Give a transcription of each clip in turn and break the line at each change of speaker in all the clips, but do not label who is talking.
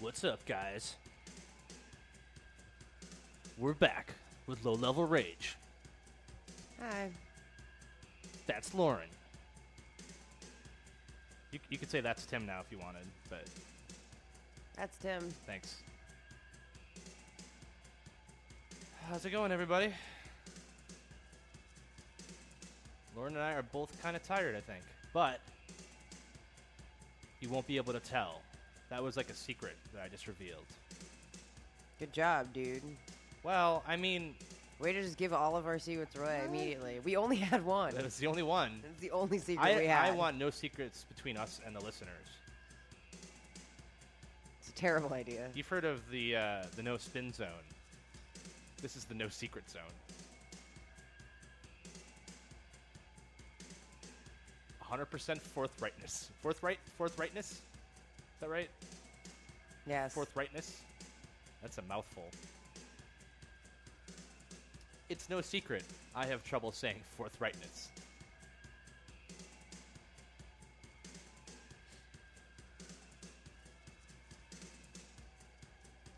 What's up, guys? We're back with Low Level Rage.
Hi.
That's Lauren.
You, you could say that's Tim now if you wanted, but
That's Tim.
thanks. How's it going, everybody? Lauren and I are both kind of tired, I think, but you won't be able to tell. That was like a secret that I just revealed.
Good job, dude.
Well, I mean,
Way to just give all of our secrets away immediately. We only had one.
that was the only one.
That's the only secret
I,
we had.
I want no secrets between us and the listeners.
It's a terrible idea.
You've heard of the uh, the no spin zone. This is the no secret zone. 100% forthrightness. Forthright? Forthrightness? Is that right?
Yes.
Forthrightness? That's a mouthful. It's no secret. I have trouble saying forthrightness.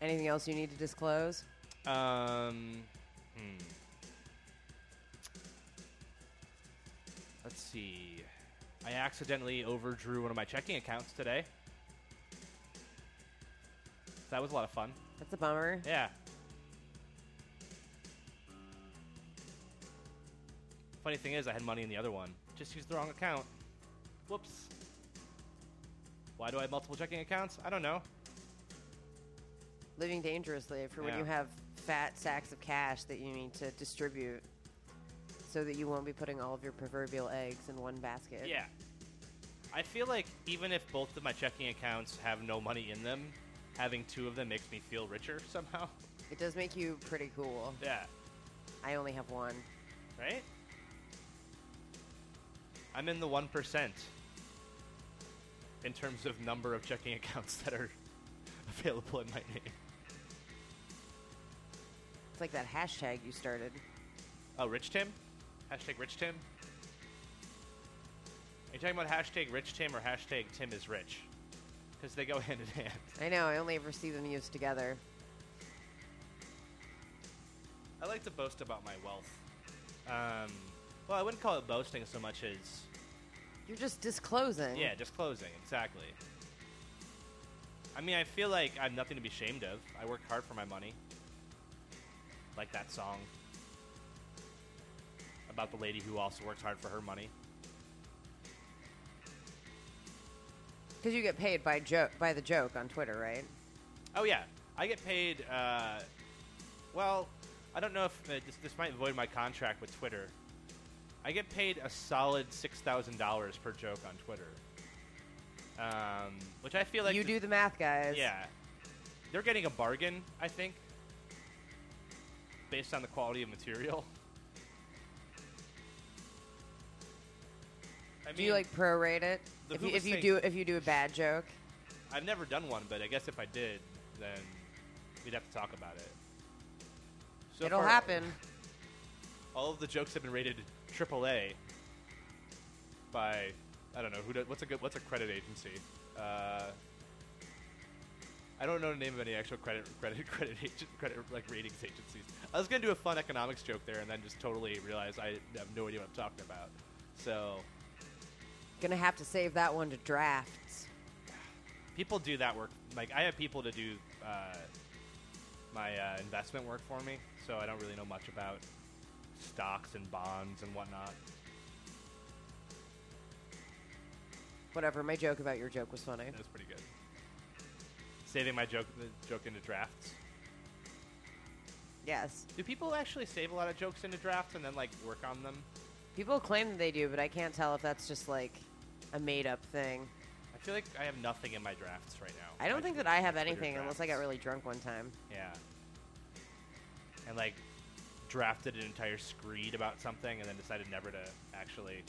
Anything else you need to disclose?
Um, hmm. Let's see. I accidentally overdrew one of my checking accounts today. That was a lot of fun.
That's a bummer.
Yeah. Funny thing is, I had money in the other one. Just used the wrong account. Whoops. Why do I have multiple checking accounts? I don't know.
Living dangerously for when
Yeah.
you have fat sacks of cash that you need to distribute so that you won't be putting all of your proverbial eggs in one basket.
Yeah. I feel like even if both of my checking accounts have no money in them, having two of them makes me feel richer somehow.
It does make you pretty cool.
Yeah.
I only have one.
Right? I'm in the 1% in terms of number of checking accounts that are available in my name.
It's like that hashtag you started.
Oh, Rich Tim? Hashtag Rich Tim? Are you talking about hashtag Rich Tim or hashtag Tim is rich? Because they go hand in hand.
I know, I only ever see them used together.
I like to boast about my wealth. Um, well, I wouldn't call it boasting so much as
You're just disclosing.
yeah, disclosing exactly. I mean, I feel like I have nothing to be ashamed of. I worked hard for my money, like that song about the lady who also works hard for her money.
Because you get paid by joke by the joke on Twitter, right?
Oh yeah, I get paid. Uh, well, I don't know if uh, this, this might void my contract with Twitter. I get paid a solid six thousand dollars per joke on Twitter, um, which I feel like
you do the math, guys.
Yeah, they're getting a bargain. I think, based on the quality of material. I
Do you like prorate it?
The
if you,
Whovis
if you
thing-
do if you do a bad joke,
I've never done one, but I guess if I did, then we'd have to talk about it. So
it'll
far,
happen.
All of the jokes have been rated AAA by I don't know who. Does, what's a good? What's a credit agency? Uh, I don't know the name of any actual credit credit credit agent credit like ratings agencies. I was gonna do a fun economics joke there, and then just totally realized I have no idea what I'm talking about. So
Gonna have to save that one to drafts.
people do that work. Like I have people to do uh, my uh, investment work for me, so I don't really know much about stocks and bonds and whatnot.
Whatever. My joke about your joke was funny.
It was pretty good. Saving my joke, the joke into drafts.
Yes.
Do people actually save a lot of jokes into drafts and then like work on them?
People claim that they do, but I can't tell if that's just like a made up thing.
I feel like I have nothing in my drafts right now.
I don't
My-
think that I have
my Twitter
anything unless I got
drafts.
really drunk one time.
Yeah. And like drafted an entire screed about something and then decided never to actually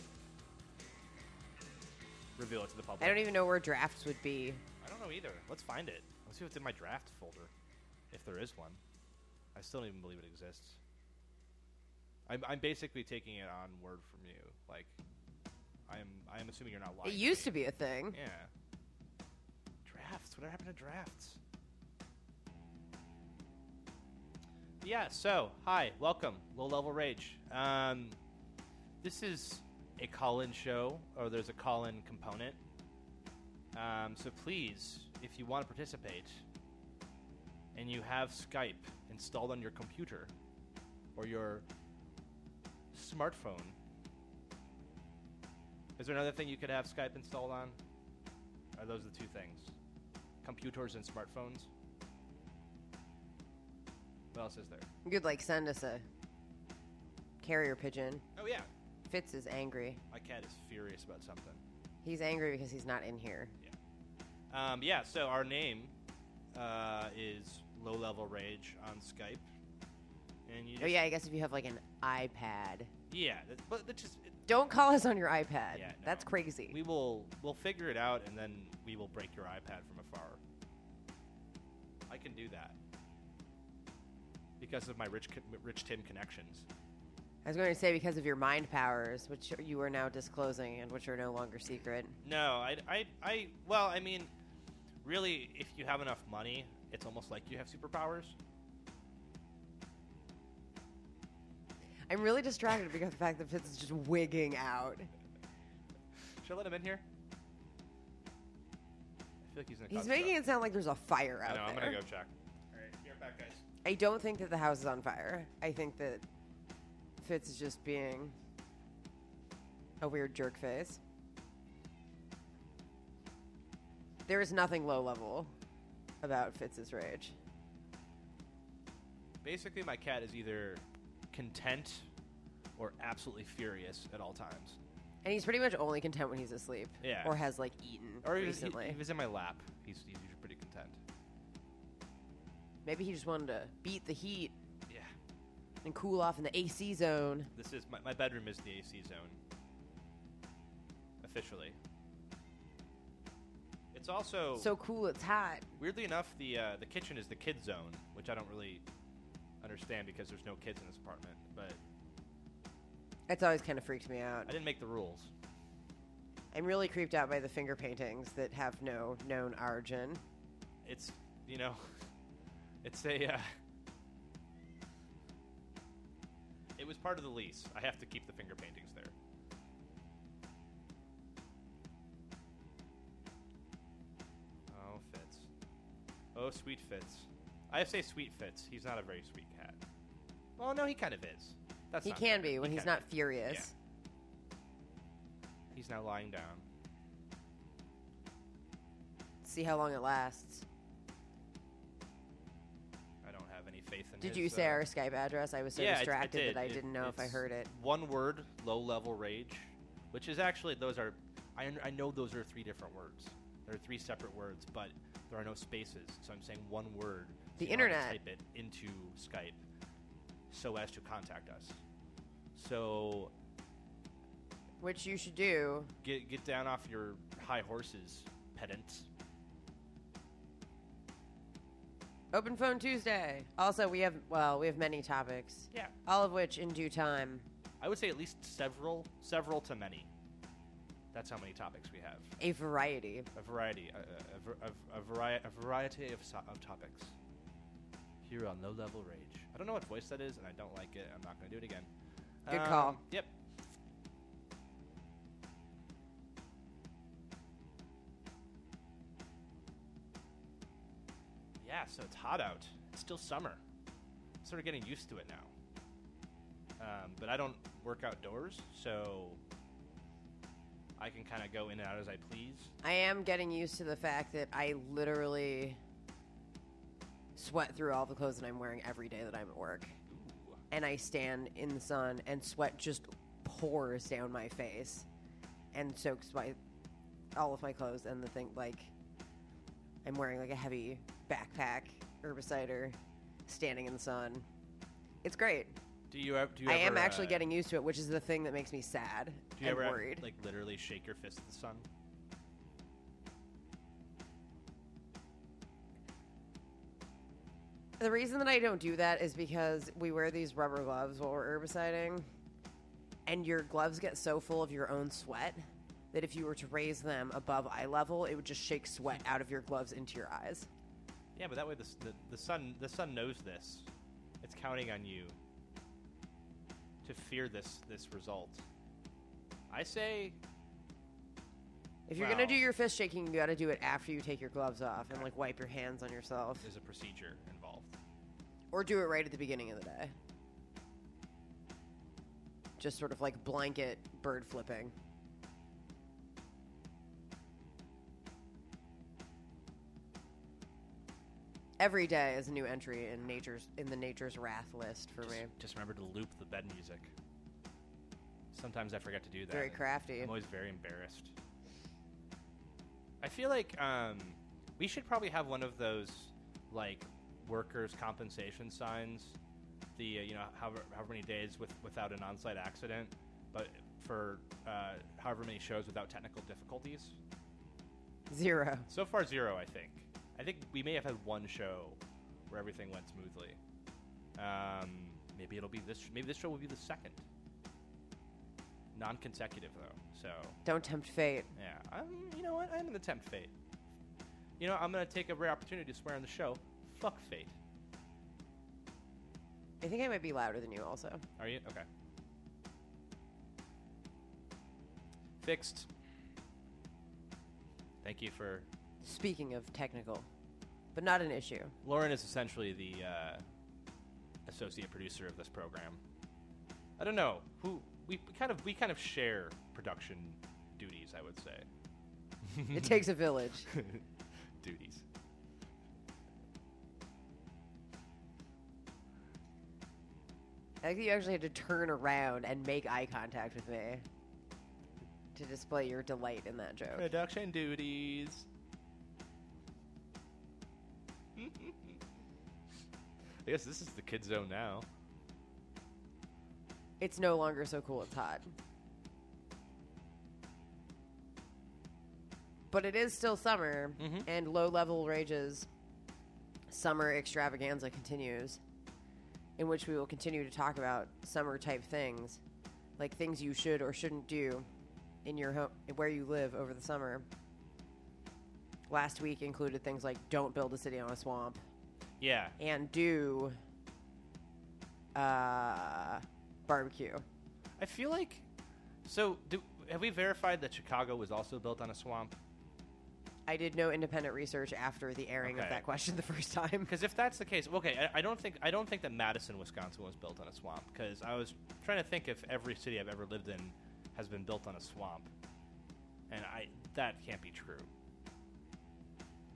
reveal it to the public.
I don't even know where drafts would be.
I don't know either. Let's find it. Let's see what's in my draft folder. If there is one. I still don't even believe it exists. I'm, I'm basically taking it on word from you. Like I'm I'm assuming you're not lying.
It used
me.
to be a thing.
Yeah. Drafts. What happened to drafts? yeah, so, hi, welcome, Low Level Rage. Um, this is a call in show, or there's a call in component. Um, so please, if you want to participate, and you have Skype installed on your computer or your smartphone, is there another thing you could have Skype installed on? Are those the two things? Computers and smartphones? What else is there?
You could like send us a carrier pigeon.
Oh, yeah.
Fitz is angry.
My cat is furious about something.
He's angry because he's not in here.
Um, yeah, so our name uh, is Low Level Rage on Skype. And you
Oh
just-
yeah, I guess if you have like an iPad.
Yeah, that- but that's just
Don't call us on your iPad.
Yeah, no.
That's crazy.
we will we'll figure it out and then we will break your iPad from afar. I can do that. Because of my rich co- rich Tim connections.
I was going to say because of your mind powers, which you are now disclosing and which are no longer secret.
No, I, I, I, well, I mean, really, if you have enough money, it's almost like you have superpowers.
I'm really distracted because of the fact that Fitz is just wigging out.
Should I let him in here? I feel like he's in a
He's making it sound like there's a fire
I
out
know, I'm
there.
gonna go check. Alright, you're back, guys.
I don't think that the house is on fire. I think that Fitz is just being a weird jerk face. There is nothing low level about Fitz's rage.
Basically, my cat is either content or absolutely furious at all times.
And he's pretty much only content when he's asleep.
Yeah.
Or has like eaten
Or if he's-
recently.
if he's in my lap, he's, he's usually pretty content.
Maybe he just wanted to beat the heat
Yeah.
and cool off in the AC zone.
This is, my, my bedroom is the AC zone. Officially. It's also.
So cool it's hot.
Weirdly enough, the uh, the kitchen is the kid zone, which I don't really understand because there's no kids in this apartment. But
That's always kind of freaked me out.
I didn't make the rules.
I'm really creeped out by the finger paintings that have no known origin.
It's you know, it's a. Uh, it was part of the lease. I have to keep the finger paintings there. Oh, Fitz. Oh, sweet Fitz. I say sweet Fitz. He's not a very sweet cat. Well, no, he kind of is. That's
he
not
can
fair.
be when
He
he's
can
not furious.
He's now lying down.
See how long it lasts.
I don't have any faith in.
Did
his,
you say
uh,
our Skype address? I was so
yeah, I- I
distracted
did.
that I
It-
didn't know if I
it's
heard it.
One word, low level rage, which is actually those are. I, un- I know those are three different words. There are three separate words, but there are no spaces, so I'm saying one word. so
The
you don't have to
internet.
Type it into Skype, so as to contact us. So
Which you should do.
get get down off your high horses, pedants.
Open phone Tuesday. Also, we have well, we have many topics,
Yeah.
all of which in due time.
I would say at least several, several to many. That's how many topics we have.
A variety.
A variety, a, a, a, a, vari- a variety of, so- of topics. Here on Low Level Rage. I don't know what voice that is, and I don't like it. I'm not going to do it again. Um,
Good call.
Yep. Yeah, so it's hot out. It's still summer. I'm sort of getting used to it now. Um, but I don't work outdoors, so I can kind of go in and out as I please.
I am getting used to the fact that I literally sweat through all the clothes that I'm wearing every day that I'm at work.
Ooh.
and I stand in the sun and sweat just pours down my face and soaks my all of my clothes and the thing like I'm wearing like a heavy backpack herbicider standing in the sun. It's great.
Do you ever? Do you
I
ever,
am actually
uh,
getting used to it, which is the thing that makes me sad
Do you
and
ever uh,
worried.
like literally shake your fist at the sun?
the reason that I don't do that is because we wear these rubber gloves while we're herbiciding, and your gloves get so full of your own sweat that if you were to raise them above eye level, it would just shake sweat out of your gloves into your eyes.
Yeah, but that way the, s- the the sun the sun knows this, It's counting on you to fear this this result. I say
If you're
Wow.
gonna do your fist shaking, you gotta do it after you take your gloves off and like wipe your hands on yourself,
there's a procedure involved.
or do it right at the beginning of the day. Just sort of like blanket bird flipping. Every day is a new entry in nature's in the nature's wrath list for
Just,
me.
just remember to loop the bed music. Sometimes I forget to do that.
Very
and
crafty.
I'm always very embarrassed. I feel like um, we should probably have one of those like workers' compensation signs. The uh, you know however, however many days with, without an on-site accident, but for uh, however many shows without technical difficulties.
Zero.
So far zero, I think. I think we may have had one show where everything went smoothly. Um, maybe it'll be this. Maybe this show will be the second. Non-consecutive though, so
Don't tempt fate.
yeah, I'm, you know what? I'm gonna tempt fate. You know, I'm gonna take a rare opportunity to swear on the show. Fuck fate.
I think I might be louder than you also.
Are you okay? Fixed. Thank you for.
Speaking of technical, but not an issue.
Lauren is essentially the uh, associate producer of this program. I don't know who we kind of we kind of share production duties. I would say.
it takes a village.
duties.
I think you actually had to turn around and make eye contact with me to display your delight in that joke.
Production duties. I guess this is the kid zone now.
It's no longer so cool, it's hot. But it is still summer,
Mhm.
and low level rages. Summer extravaganza continues, in which we will continue to talk about summer type things, like things you should or shouldn't do in your home, where you live over the summer. Last week included things like don't build a city on a swamp,
Yeah,
and do uh, barbecue.
I feel like. So, do, have we verified that Chicago was also built on a swamp?
I did no independent research after the airing
Okay.
of that question the first time.
Because if that's the case, okay, I, I don't think I don't think that Madison, Wisconsin, was built on a swamp. Because I was trying to think if every city I've ever lived in has been built on a swamp, and I that can't be true.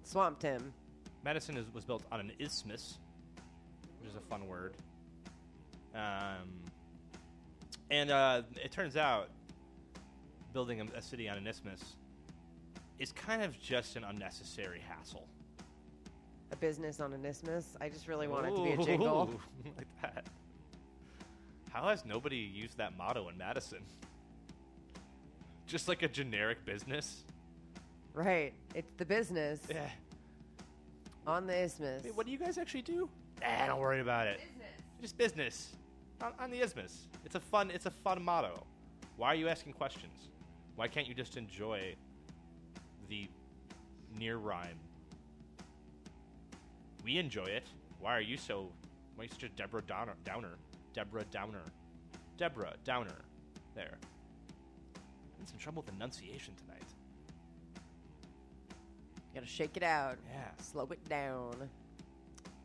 Swamp Tim.
Madison is, was built on an isthmus, which is a fun word. Um, and uh, it turns out building a, a city on an isthmus is kind of just an unnecessary hassle.
A business on an isthmus. I just really want it to be a jingle.
Ooh, like that. How has nobody used that motto in Madison? Just like a generic business.
Right. It's the business
Yeah.
on the isthmus.
Wait, what do you guys actually do? Eh, don't worry about it. Just business. On, on the isthmus. It's a fun. It's a fun motto. Why are you asking questions? Why can't you just enjoy the near rhyme? We enjoy it. Why are you so? Why are you such a Deborah Downer? Downer. Deborah Downer. Deborah Downer. There. I'm in some trouble with enunciation tonight.
gotta shake it out.
Yeah.
Slow it down.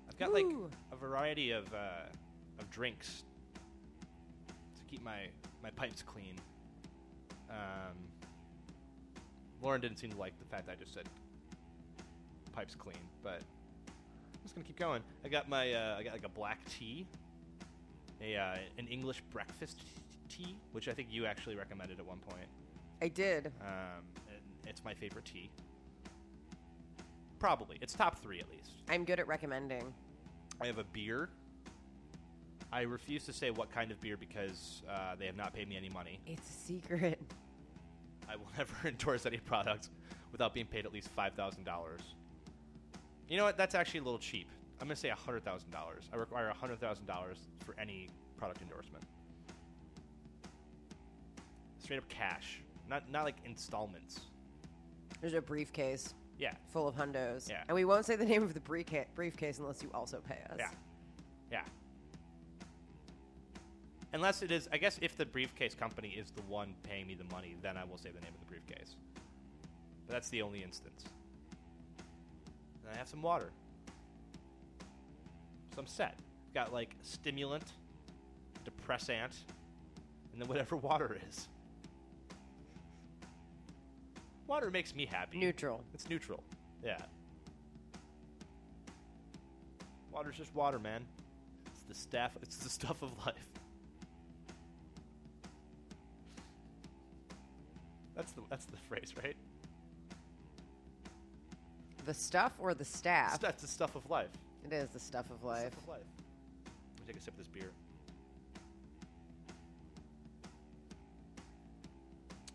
I've got like
Ooh.
a variety of uh, of drinks to keep my my pipes clean. Um, Lauren didn't seem to like the fact that I just said pipes clean, but I'm just gonna keep going. I got my uh, I got like a black tea, a uh, an English breakfast tea, which I think you actually recommended at one point.
I did.
Um, and it's my favorite tea. Probably it's top three at least.
I'm good at recommending.
I have a beer. I refuse to say what kind of beer because uh, they have not paid me any money.
It's a secret.
I will never endorse any products without being paid at least five thousand dollars. You know what? That's actually a little cheap. I'm gonna say hundred thousand dollars. I require hundred thousand dollars for any product endorsement. Straight up cash, not not like installments.
There's a briefcase
Yeah,
full of hundos.
Yeah.
And we won't say the name of the briefca- briefcase unless you also pay us.
yeah, yeah. Unless it is, I guess, if the briefcase company is the one paying me the money, then I will say the name of the briefcase. But that's the only instance. And I have some water. So I'm set. Got like stimulant, depressant, and then whatever water is. Water makes me happy.
Neutral.
It's neutral. Yeah. Water's just water, man. It's the staff. It's the stuff of life. That's the that's the phrase, right?
The stuff or the staff?
It's- That's the stuff of life.
It is the stuff of
The
life.
Stuff of life. Let me take a sip of this beer.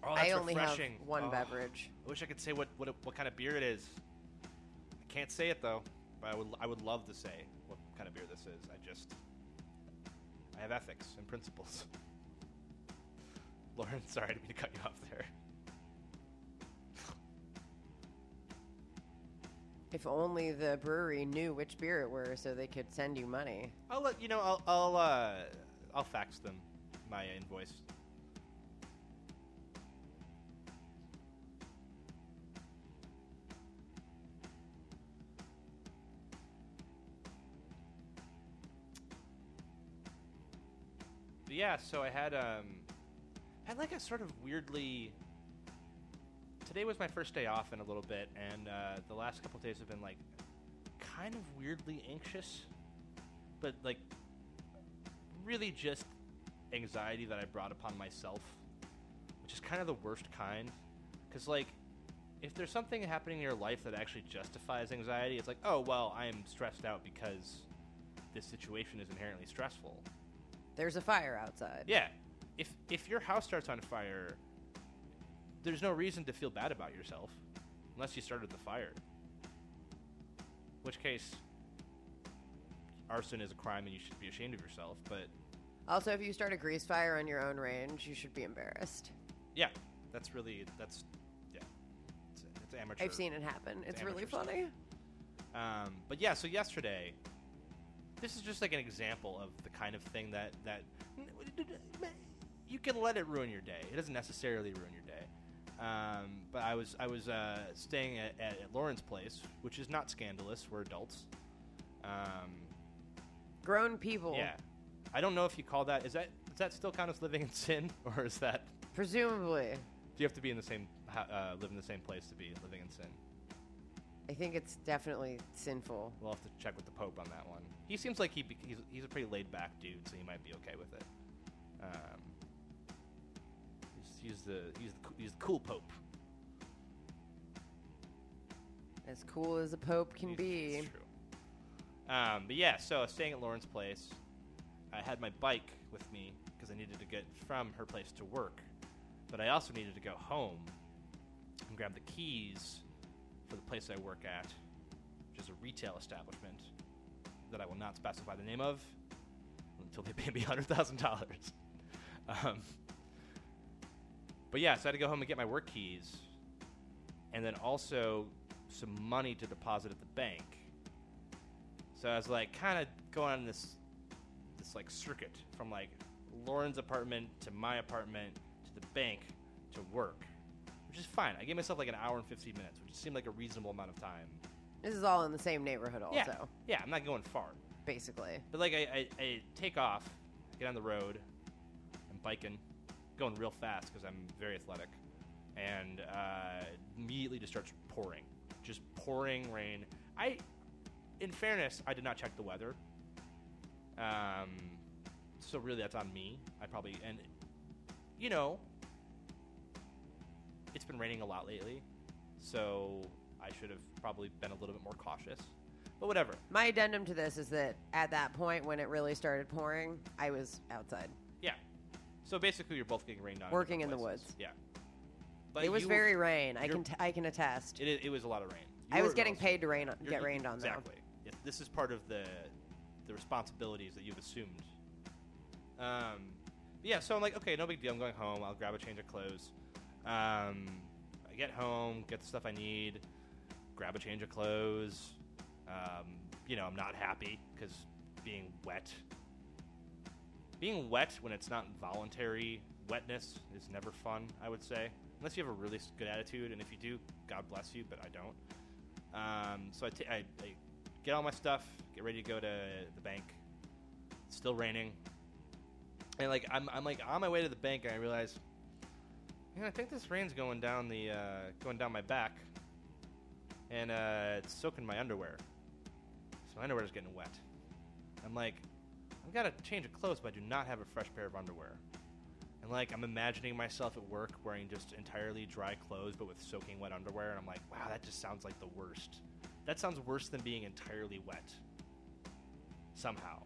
Oh, that's
I only
refreshing.
have one
Oh,
beverage.
I wish I could say what, what it- what kind of beer it is. I can't say it though, but I would I would love to say what kind of beer this is. I just I have ethics and principles. Lauren, sorry, I didn't mean to cut you off there.
If only the brewery knew which beer it were so they could send you money.
I'll let you know. I'll I'll uh, I'll fax them my invoice. But yeah, so I had um, I had like a sort of weirdly. Today was my first day off in a little bit, and uh, the last couple days have been like kind of weirdly anxious but like really just anxiety that I brought upon myself, which is kind of the worst kind. Because like, if there's something happening in your life that actually justifies anxiety, it's like, oh well, I am stressed out because this situation is inherently stressful.
There's a fire outside.
Yeah, if if your house starts on fire, there's no reason to feel bad about yourself, unless you started the fire. Which case, arson is a crime and you should be ashamed of yourself. But
Also, if you start a grease fire on your own range, you should be embarrassed.
yeah, that's really that's yeah, it's, it's amateur.
I've seen it happen. It's, really
amateur stuff.
funny.
Um, but yeah, so yesterday, this is just like an example of the kind of thing that that you can let it ruin your day. It doesn't necessarily ruin your day. Um, but I was I was uh, staying at, at, at Lauren's place, which is not scandalous. We're adults. Um,
Grown people,
yeah, I don't know if you call that is that does that still count as living in sin, or is that
presumably.
do you have to be in the same ho- uh, live in the same place to be living in sin?
I think it's definitely sinful.
We'll have to check with the Pope on that one. He seems like he be- he's, he's a pretty laid back dude, so he might be okay with it. Um, he's, he's the he's the, coo- he's the cool Pope.
As cool as a pope can
He's-
be.
It's true. Um, but yeah, so I was staying at Lauren's place. I had my bike with me because I needed to get from her place to work, but I also needed to go home and grab the keys for the place I work at, which is a retail establishment that I will not specify the name of until they pay me hundred thousand dollars. Um, but yeah, so I had to go home and get my work keys, and then also some money to deposit at the bank. So I was like, kind of going on this, this like circuit from like Lauren's apartment to my apartment to the bank to work, which is fine. I gave myself like an hour and fifteen minutes, which seemed like a reasonable amount of time.
This is all in the same neighborhood, also,
Yeah, yeah, I'm not going far.
basically.
But like I, I, I take off, get on the road, I'm biking, going real fast because I'm very athletic, and uh, immediately just starts pouring, just pouring rain. I, in fairness, I did not check the weather. Um, so really, that's on me. I probably and, you know, it's been raining a lot lately, so I should have probably been a little bit more cautious. But whatever.
My addendum to this is that at that point when it really started pouring, I was outside.
Yeah. So basically, you're both getting rained on.
Working
different
in the
places.
woods.
Yeah. But
it was
you-
very rain. I
you're-
can t- I can attest.
It, i- it was a lot of rain. You
I was
were
getting
also-
paid to rain on,
you're-
get rained on though.
Exactly. Yeah, this is part of the the responsibilities that you've assumed. Um, yeah. So I'm like, okay, no big deal. I'm going home. I'll grab a change of clothes. Um, I get home, get the stuff I need, grab a change of clothes. Um, you know, I'm not happy because being wet being wet when it's not voluntary wetness is never fun. I would say, unless you have a really s- good attitude, and if you do, God bless you. But I don't. Um, so I ta- I- I get all my stuff, get ready to go to the bank. It's still raining, and like I'm, I'm like on my way to the bank, and I realize, man, I think this rain's going down the uh, going down my back, and uh, it's soaking my underwear. So my underwear's getting wet. I'm like, I've got to change of clothes, but I do not have a fresh pair of underwear. And like, I'm imagining myself at work wearing just entirely dry clothes, but with soaking wet underwear, and I'm like, wow, that just sounds like the worst. That sounds worse than being entirely wet. Somehow.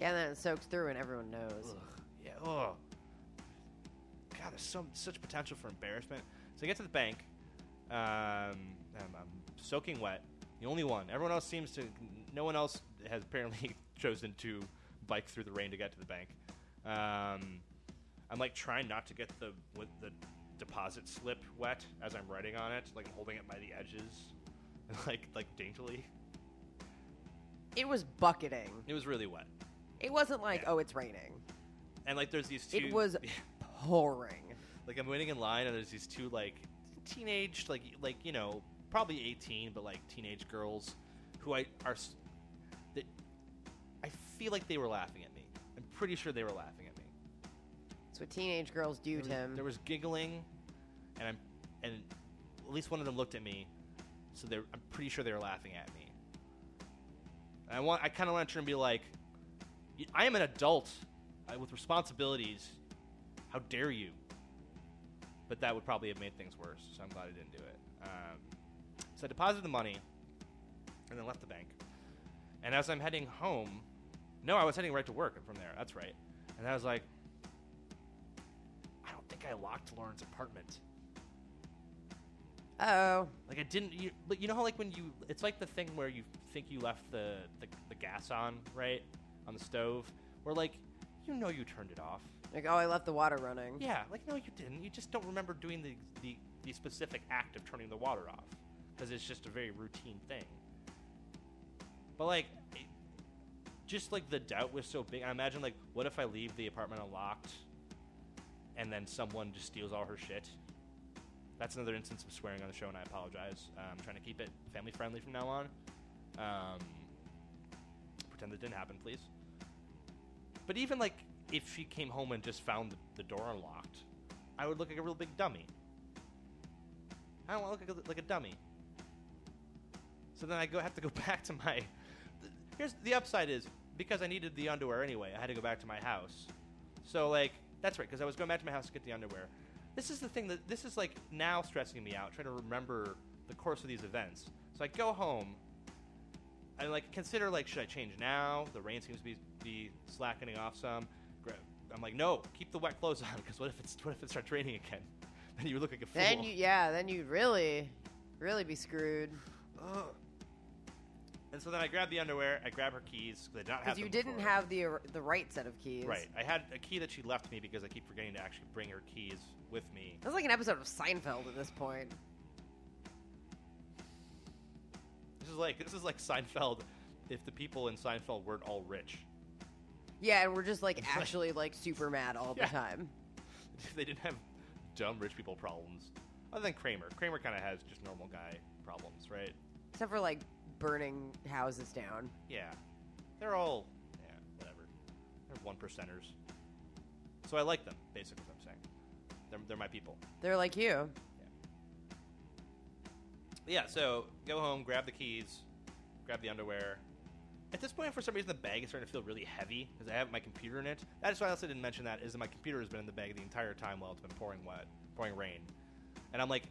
Yeah, and then it soaks through, and everyone knows.
Ugh. Yeah. Oh. God, there's so such potential for embarrassment. So I get to the bank. Um, I'm, I'm soaking wet. The only one. Everyone else seems to. No one else has apparently chosen to bike through the rain to get to the bank. Um, I'm like trying not to get the with the deposit slip wet as I'm writing on it. Like I'm holding it by the edges, like like daintily.
It was bucketing.
It was really wet.
It wasn't like,
Yeah.
oh, it's raining.
And like there's these two.
It was pouring.
like I'm waiting in line and there's these two like teenage like like you know probably 18 but like teenage girls who I are s- that I feel like they were laughing at me. I'm pretty sure they were laughing at me.
That's what teenage girls do,
There was,
Tim.
there was giggling and I'm and at least one of them looked at me so they I'm pretty sure they were laughing at me. And I want I kind of want to turn and be like "Y- I am an adult I, with responsibilities. How dare you? but that would probably have made things worse. So I'm glad I didn't do it. Um, so I deposited the money and then left the bank. And as I'm heading home, no, I was heading right to work from there. That's right. And I was like, I don't think I locked Lauren's apartment.
Oh,
Like I didn't. You, but you know how like when you, it's like the thing where you think you left the the, the gas on right on the stove, or like you know you turned it off.
like oh, I left the water running.
Yeah, like no, you didn't. You just don't remember doing the the, the specific act of turning the water off because it's just a very routine thing. But like, it, just like the doubt was so big. I imagine like, what if I leave the apartment unlocked, and then someone just steals all her shit? That's another instance of swearing on the show, and I apologize. Uh, I'm trying to keep it family friendly from now on. Um, pretend that didn't happen, please. But even like if she came home and just found the, the door unlocked, I would look like a real big dummy. I don't want to look like a, like a dummy. So then I go have to go back to my. Here's the upside is because I needed the underwear anyway. I had to go back to my house. So like that's right because I was going back to my house to get the underwear. This is the thing that this is like now stressing me out trying to remember the course of these events. So I go home I like consider like should I change now? The rain seems to be be slackening off some. Gra- I'm like no, keep the wet clothes on because what if it's what if it starts raining again? Then you look like a fool.
Then you, yeah, then you'd really, really be screwed
Ugh. And so then I grab the underwear, I grab her keys because I did not have
because you
them
didn't
before.
have the the right set of keys.
right. I had a key that she left me because I keep forgetting to actually bring her keys with me.
That's like an episode of Seinfeld at this point.
This is like this is like Seinfeld. If the people in Seinfeld weren't all rich,
Yeah, and we're just like
It's like-
actually like super mad all
Yeah.
the time.
if they didn't have dumb rich people problems, other than Kramer. Kramer kind of has just normal guy problems, right?
Except for like burning houses down.
Yeah. They're all, yeah, whatever. They're one percenters. So I like them, basically, is what I'm saying. They're, they're my people.
They're like you.
Yeah, so go home, grab the keys, grab the underwear. At this point, for some reason, the bag is starting to feel really heavy because I have my computer in it. That is why I also didn't mention that is that my computer has been in the bag the entire time while it's been pouring wet, pouring rain, and I'm like,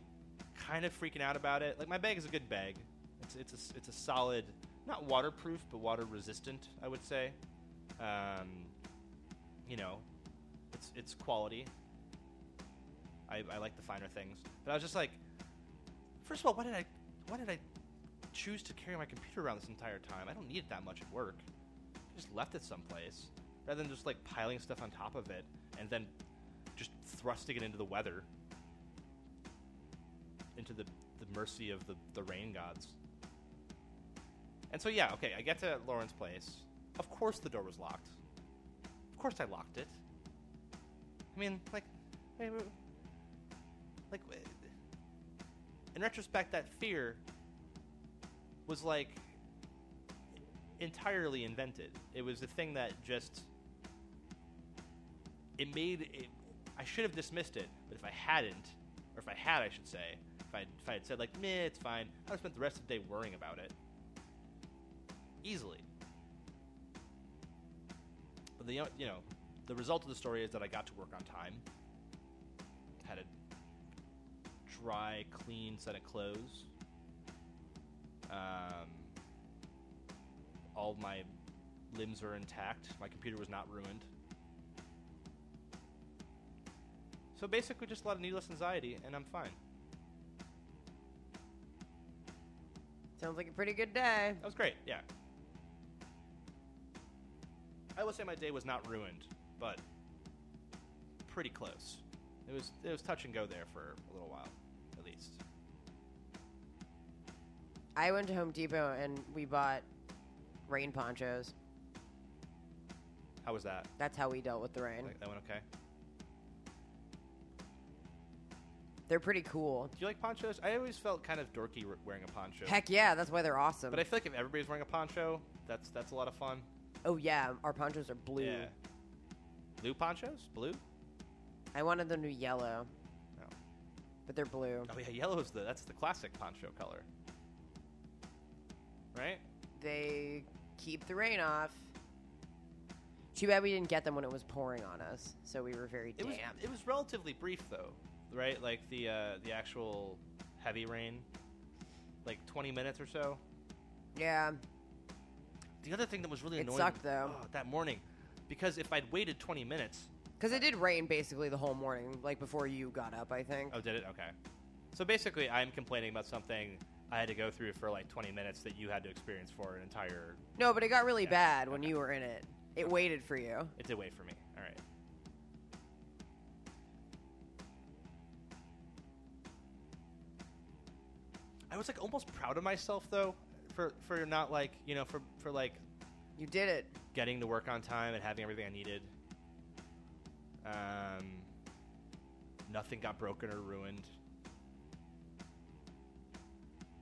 kind of freaking out about it. Like my bag is a good bag. It's it's a, s- it's a solid, not waterproof, but water resistant. I would say, um, you know, it's it's quality. I, I like the finer things, but I was just like, First of all, why did I why did I choose to carry my computer around this entire time? I don't need it that much at work. I just left it someplace rather than just like piling stuff on top of it and then just thrusting it into the weather into the, the mercy of the, the rain gods. And so yeah, okay, I get to Lauren's place. Of course the door was locked. course I locked it. I mean, like, I- I- like, w- in retrospect, that fear was like entirely invented. It was the thing that just it made it. I should have dismissed it, but if I hadn't, or if I had, I should say, if I if I had said like, "Meh, it's fine," I would have spent the rest of the day worrying about it. Easily. But the you know, the result of the story is that I got to work on time. Had a dry, clean set of clothes. Um, all of my limbs are intact. My computer was not ruined. So basically, just a lot of needless anxiety, and I'm fine.
Sounds like a pretty good day.
That was great. Yeah. I will say my day was not ruined, but pretty close. It was it was touch and go there for a little while, at least.
I went to Home Depot and we bought rain ponchos.
How was that?
That's how we dealt with the rain.
Like, that went okay.
They're pretty cool.
Do you like ponchos? I always felt kind of dorky re- wearing a poncho.
Heck yeah, that's why they're awesome.
But I feel like if everybody's wearing a poncho, that's that's a lot of fun.
oh yeah, our ponchos are blue.
Yeah. Blue ponchos? Blue?
I wanted them to be yellow,
No.
but they're blue.
Oh yeah, yellow's the that's the classic poncho color. Right?
They keep the rain off. Too bad we didn't get them when it was pouring on us, so we were very
It was
damp.
it was relatively brief though, right? Like the uh, the actual heavy rain, like twenty minutes or so.
yeah,
The other thing that was really
It
annoying
sucked, though.
oh, that morning, because if I'd waited twenty minutes,
because it did rain basically the whole morning, like before you got up, I think.
oh, did it? Okay. So basically, I'm complaining about something I had to go through for like twenty minutes that you had to experience for an entire.
No, but it got really
Yeah,
bad when
okay.
you were in it. It waited for you.
It did wait for me. All right. I was like almost proud of myself though for for not like you know for for like
You did it.
getting to work on time and having everything I needed. Um, nothing got broken or ruined.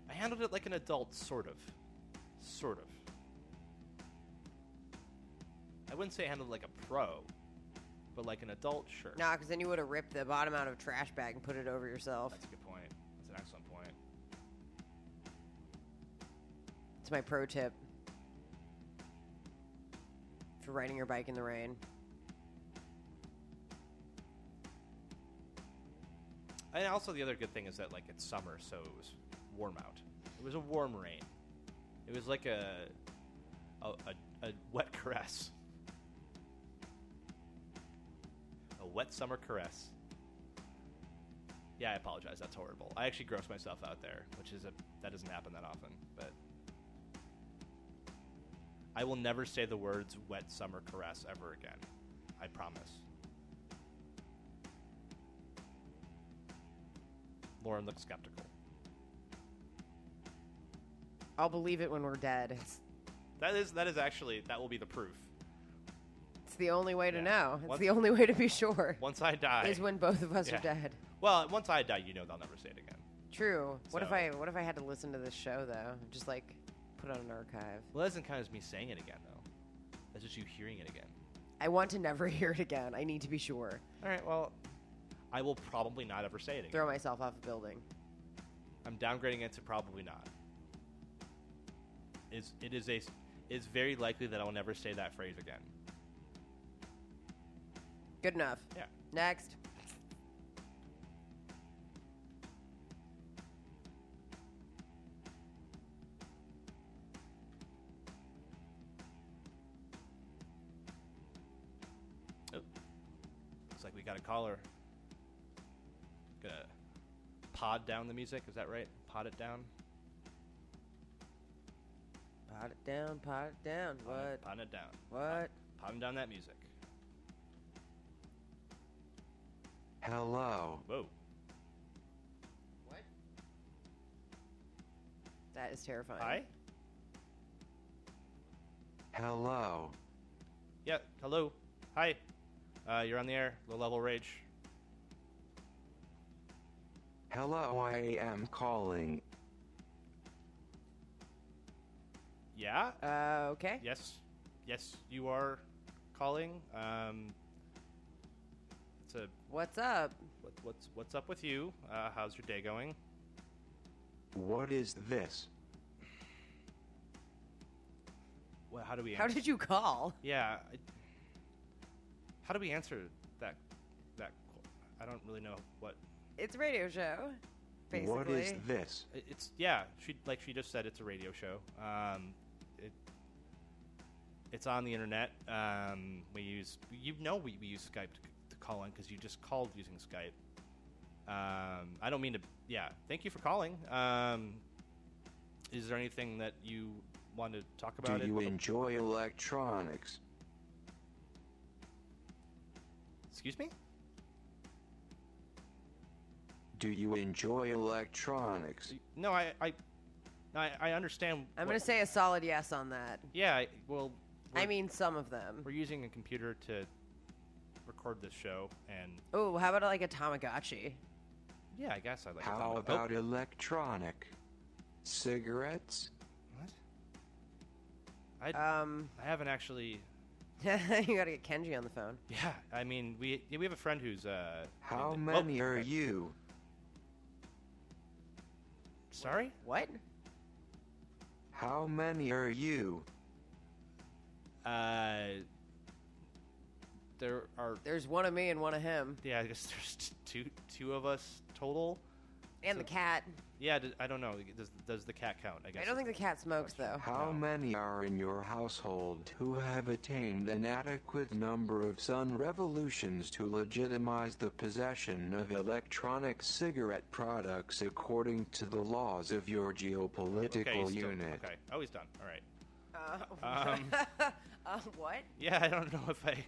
I handled it like an adult, sort of. Sort of. I wouldn't say I handled it like a pro, but like an adult, sure.
Nah, because then you would have ripped the bottom out of a trash bag and put it over yourself.
That's a good point. That's an excellent point.
It's my pro tip for riding your bike in the rain.
And also the other good thing is that like it's summer, so it was warm out. It was a warm rain. It was like a a, a, a wet caress. A wet summer caress. Yeah, I apologize. That's horrible. I actually grossed myself out there, which is a that doesn't happen that often, but I will never say the words wet summer caress ever again. I promise. Lauren looks skeptical.
I'll believe it when we're dead.
That is that is actually that will be the proof.
It's the only way to
Yeah.
know. It's
Once-
the only way to be sure.
Once I die,
Is when both of us are
Yeah.
dead.
well, once I die, you know they'll never say it again.
True. What if
So-
I what if I had to listen to this show though? Just like put on an archive.
Well, that doesn't count as me saying it again, though. That's just you hearing it again.
I want to never hear it again. I need to be sure.
All right. Well, I will probably not ever say it again.
Throw myself off a building.
I'm downgrading it to probably not. Is it is a it's very likely that I will never say that phrase again.
Good enough.
Yeah.
Next.
Looks like we got a caller. Gonna pod down the music. Is that right? Pod it down.
Pot it down, pot it down.
Pod it-
What?
Pod it down.
What?
Podding down that music.
Hello.
Whoa.
What? That is terrifying.
Hi.
Hello.
Yeah. Hello. Hi, uh, you're on the air. Low level rage.
Hello, I am calling.
Yeah.
Uh, okay.
Yes. Yes, you are calling. Um, it's a
What's up?
what, what's what's up with you? Uh, how's your day going?
What is this?
Well, how do we?
How
answer-
did you call?
Yeah. I, how do we answer that? That qu- I don't really know what
It's a radio show, basically.
What is this?
it- it's. Yeah, she like she just said it's a radio show. Um, it it's on the internet. Um, we use you know we, we use Skype to, to call in because you just called using Skype. Um, I don't mean to. Yeah, thank you for calling. Um, is there anything that you want to talk about?
Do
it?
you enjoy electronics?
Excuse me.
Do you enjoy electronics?
No, I I I, I understand.
I'm
what-
gonna say a solid yes on that.
Yeah, I- well,
I
we're-
mean, some of them.
we're using a computer to record this show, and
Oh, how about like a Tamagotchi?
yeah, I guess I like.
How
Oh,
about electronic? Cigarettes?
what? I
Um,
I haven't actually.
you gotta get Kenji on the phone.
Yeah, I mean we yeah, we have a friend who's uh.
How
in- oh,
many are you?
Sorry.
What?
How many are you?
Uh, there are
There's one of me and one of him,
yeah I guess there's t- two two of us total.
and the cat.
Yeah, d- I don't know. Does does the cat count? I guess.
I don't think the cat smokes though.
How
No.
many are in your household who have attained an adequate number of sun revolutions to legitimize the possession of electronic cigarette products according to the laws of your
Okay,
geopolitical
he's still-
unit?
okay. Oh, he's done. All right.
Uh,
Um.
uh, what?
Yeah, I don't know if I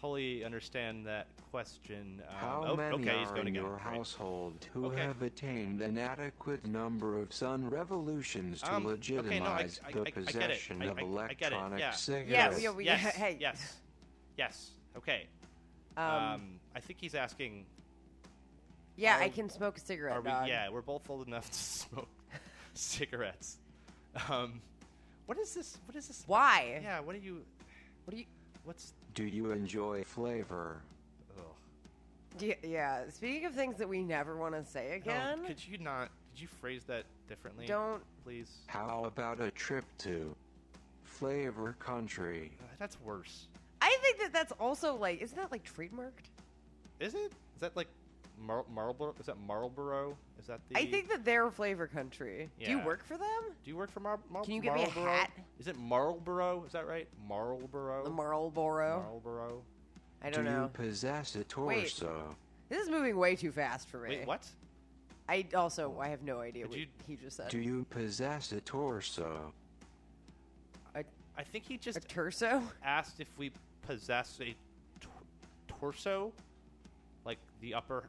wholly understand that question. Um,
How
oh,
many
okay, he's
are
going
in
again.
your
Right.
household who
Okay.
have attained an adequate number of sun revolutions to
Um, okay, no, I-
legitimize
I- I- I
the
get it.
possession
I-
of
I- I get it,
electronic
yeah.
cigarettes?
we- we-
yes,
hey.
yes, yes. Okay.
Um,
Um, I think he's asking.
yeah, I
are-
can smoke a cigarette.
Are we?
dog.
Yeah, we're both old enough to smoke cigarettes. Um, what is this? What is this?
Why?
Yeah. What are you?
What do you?
What's?
Do you enjoy flavor?
Ugh.
do you- yeah. Speaking of things that we never want to say
No,
again,
could you not? Could you phrase that differently?
don't.
please.
How about a trip to Flavor Country?
Uh, That's worse.
I think that that's also like, isn't that like trademarked?
Is it? Is that like Mar- Marlboro? Is that Marlboro? Is that the?
I think that they're flavor country. Do you
Yeah.
work for them?
Do you work for Mar- Mar-
Can you get me a
Marlboro?
hat?
Is it Marlboro? Is that right? Marlboro.
The Marlboro.
Marlboro.
I don't
Do
know.
you possess a torso?
This is moving way too fast for me.
Wait, what?
I also I have no idea
Could
what
you-
he just said.
Do you possess a torso?
a,
I think he just
a torso?
asked if we possess a tor- torso, like the upper.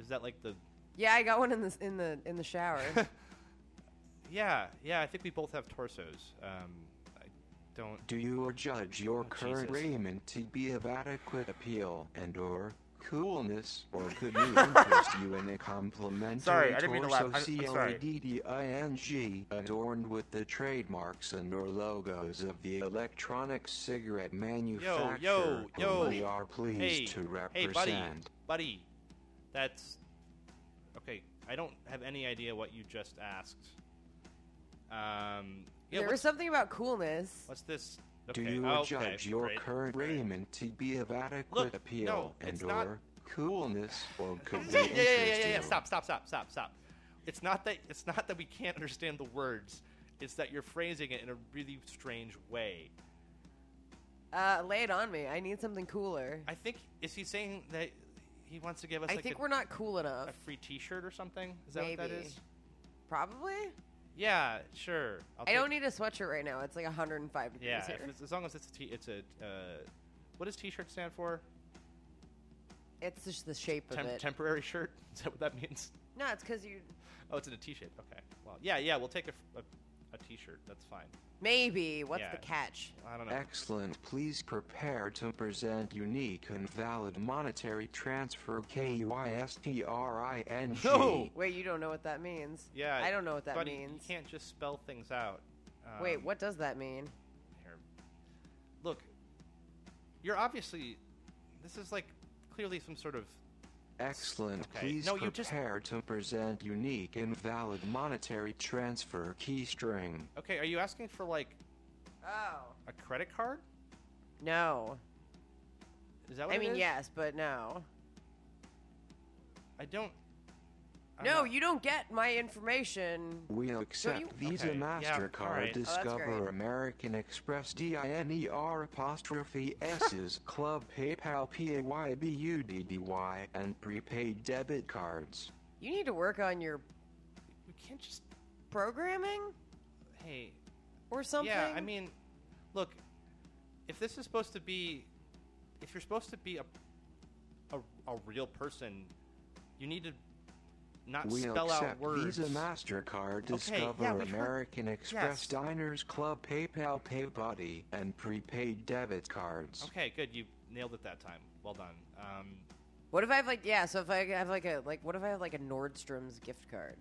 Is that like the?
Yeah, I got one in the in the in the shower.
Yeah, yeah. I think we both have torsos. Um, I don't.
Do you judge your current
Oh, Jesus.
raiment to be of adequate appeal and or coolness, or could we interest you in a complimentary
Sorry, I didn't mean to laugh.
torso
I'm- I'm sorry.
CLEDDING adorned with the trademarks and or logos of the electronic cigarette manufacturer whom
yo.
we are pleased
Hey,
to
hey,
represent?
buddy, buddy. That's okay. I don't have any idea what you just asked. Um, yeah.
there was
what's,
something about coolness.
what's this?
Do
Okay.
you
oh,
judge
okay,
your
great,
current
great.
raiment to be of adequate
Look,
appeal
no,
and
it's
or
not-
coolness, or could we
yeah, yeah, yeah, yeah,
interest
yeah, yeah.
you?
Stop, stop, stop, stop, stop. It's not that it's not that we can't understand the words. It's that you're phrasing it in a really strange way.
Uh, lay it on me. I need something cooler.
I think is he saying that he wants to give us
I
like
think
a,
we're not cool enough.
a free T-shirt or something? Is that what that
Maybe.
is?
Probably.
Yeah, sure. I'll
I
take-
don't need a sweatshirt right now. It's like 105 degrees
Yeah,
here.
if it's, as long as it's a t- it's a uh, what does T-shirt stand for?
It's just the shape of
Tem-
it.
temporary shirt. Is that what that means?
no, it's because you
Oh, it's in a T-shirt. Okay. Well, yeah, yeah. We'll take a, f- a- a a T-shirt. That's fine.
Maybe. What's
Yeah.
the catch?
I don't know.
Excellent. Please prepare to present unique and valid monetary transfer KYSTRING.
No!
Wait, you don't know what that means.
Yeah,
I don't know what that
buddy,
means.
You can't just spell things out. Um,
Wait, what does that mean?
Here. Look, you're obviously. This is like clearly some sort of.
Excellent.
Okay.
Please
No, you just-
prepare to present unique and valid monetary transfer keystring.
Okay, are you asking for like
Oh.
a credit card?
No.
Is that what
I
it
mean,
is?
yes, but no.
I don't. I'm
no,
not-
you don't get my information.
We accept
you-
Visa,
Okay, yeah,
MasterCard,
alright. Oh,
that's
Discover,
great.
American Express, DINER E apostrophe S's, Club, PayPal, PAYBUDDY, and prepaid debit cards.
You need to work on your
You can't just.
programming
Hey.
or something.
Yeah, I mean, look, if this is supposed to be, if you're supposed to be a, a, a real person, you need to not
We
Uh, spell out
accept
words.
Visa, MasterCard, Discover,
yeah, we've heard-
American Express,
Yes.
Diners Club, PayPal, PayBuddy, and prepaid debit cards.
Okay, good. You nailed it that time. Well done. Um,
what if I have like yeah? So if I have like a like, what if I have like a Nordstrom's gift card?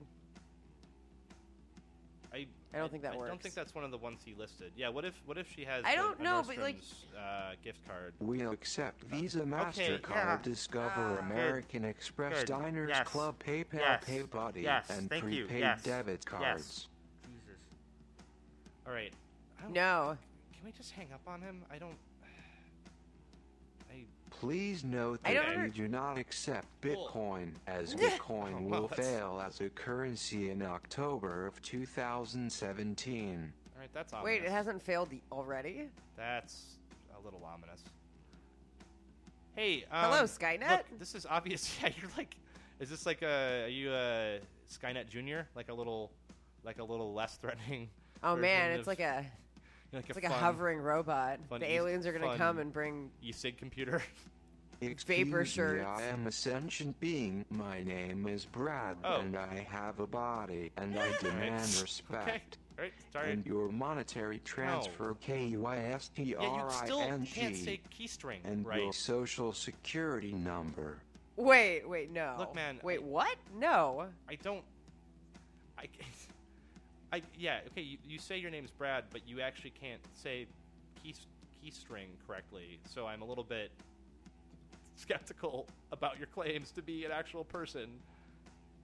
I,
I don't think that
I don't
works.
think that's one of the ones he listed. Yeah. What if What if she has?
I
the-
don't
a
know, but, like-
Nordstrom's, uh, gift card.
We accept Visa,
Uh, okay,
MasterCard,
yeah.
Discover,
Ah.
American Express,
good,
Diners
yes,
Club, PayPal,
yes,
PayBuddy,
yes,
and
thank you,
prepaid
yes,
debit
yes.
cards.
Jesus. All right. I don't-
No,
Can we just hang up on him? I don't. I
Please note
I
that
don't
we
under-
do not accept Bitcoin, as
Yeah.
Bitcoin
Oh,
will
well, that's-
fail as a currency in October of 2017.
All right, that's ominous.
wait, it hasn't failed the- already.
That's a little ominous. Hey, um,
Hello, Skynet?
Look, this is obvious. Yeah, you're like, is this like a are you a Skynet Junior? Like a little, like a little less threatening.
Oh
version
man,
of-
it's like a
like
it's
a
like a
fun
hovering robot.
fun
the
eas-
aliens are gonna
fun-
come and bring.
e-cig computer.
Excuse me,
shirts.
I am a sentient being. My name is Brad,
Oh.
and I have a body, and I demand respect.
okay, all right, sorry.
And your monetary transfer
yeah, you still can't
KYSTRING
say keystring,
and
right?
your social security number.
Wait, wait, no.
Look, man,
Wait,
I-
what? No.
I don't. I. I yeah okay. You, you say your name's Brad, but you actually can't say key keystring correctly. So I'm a little bit skeptical about your claims to be an actual person.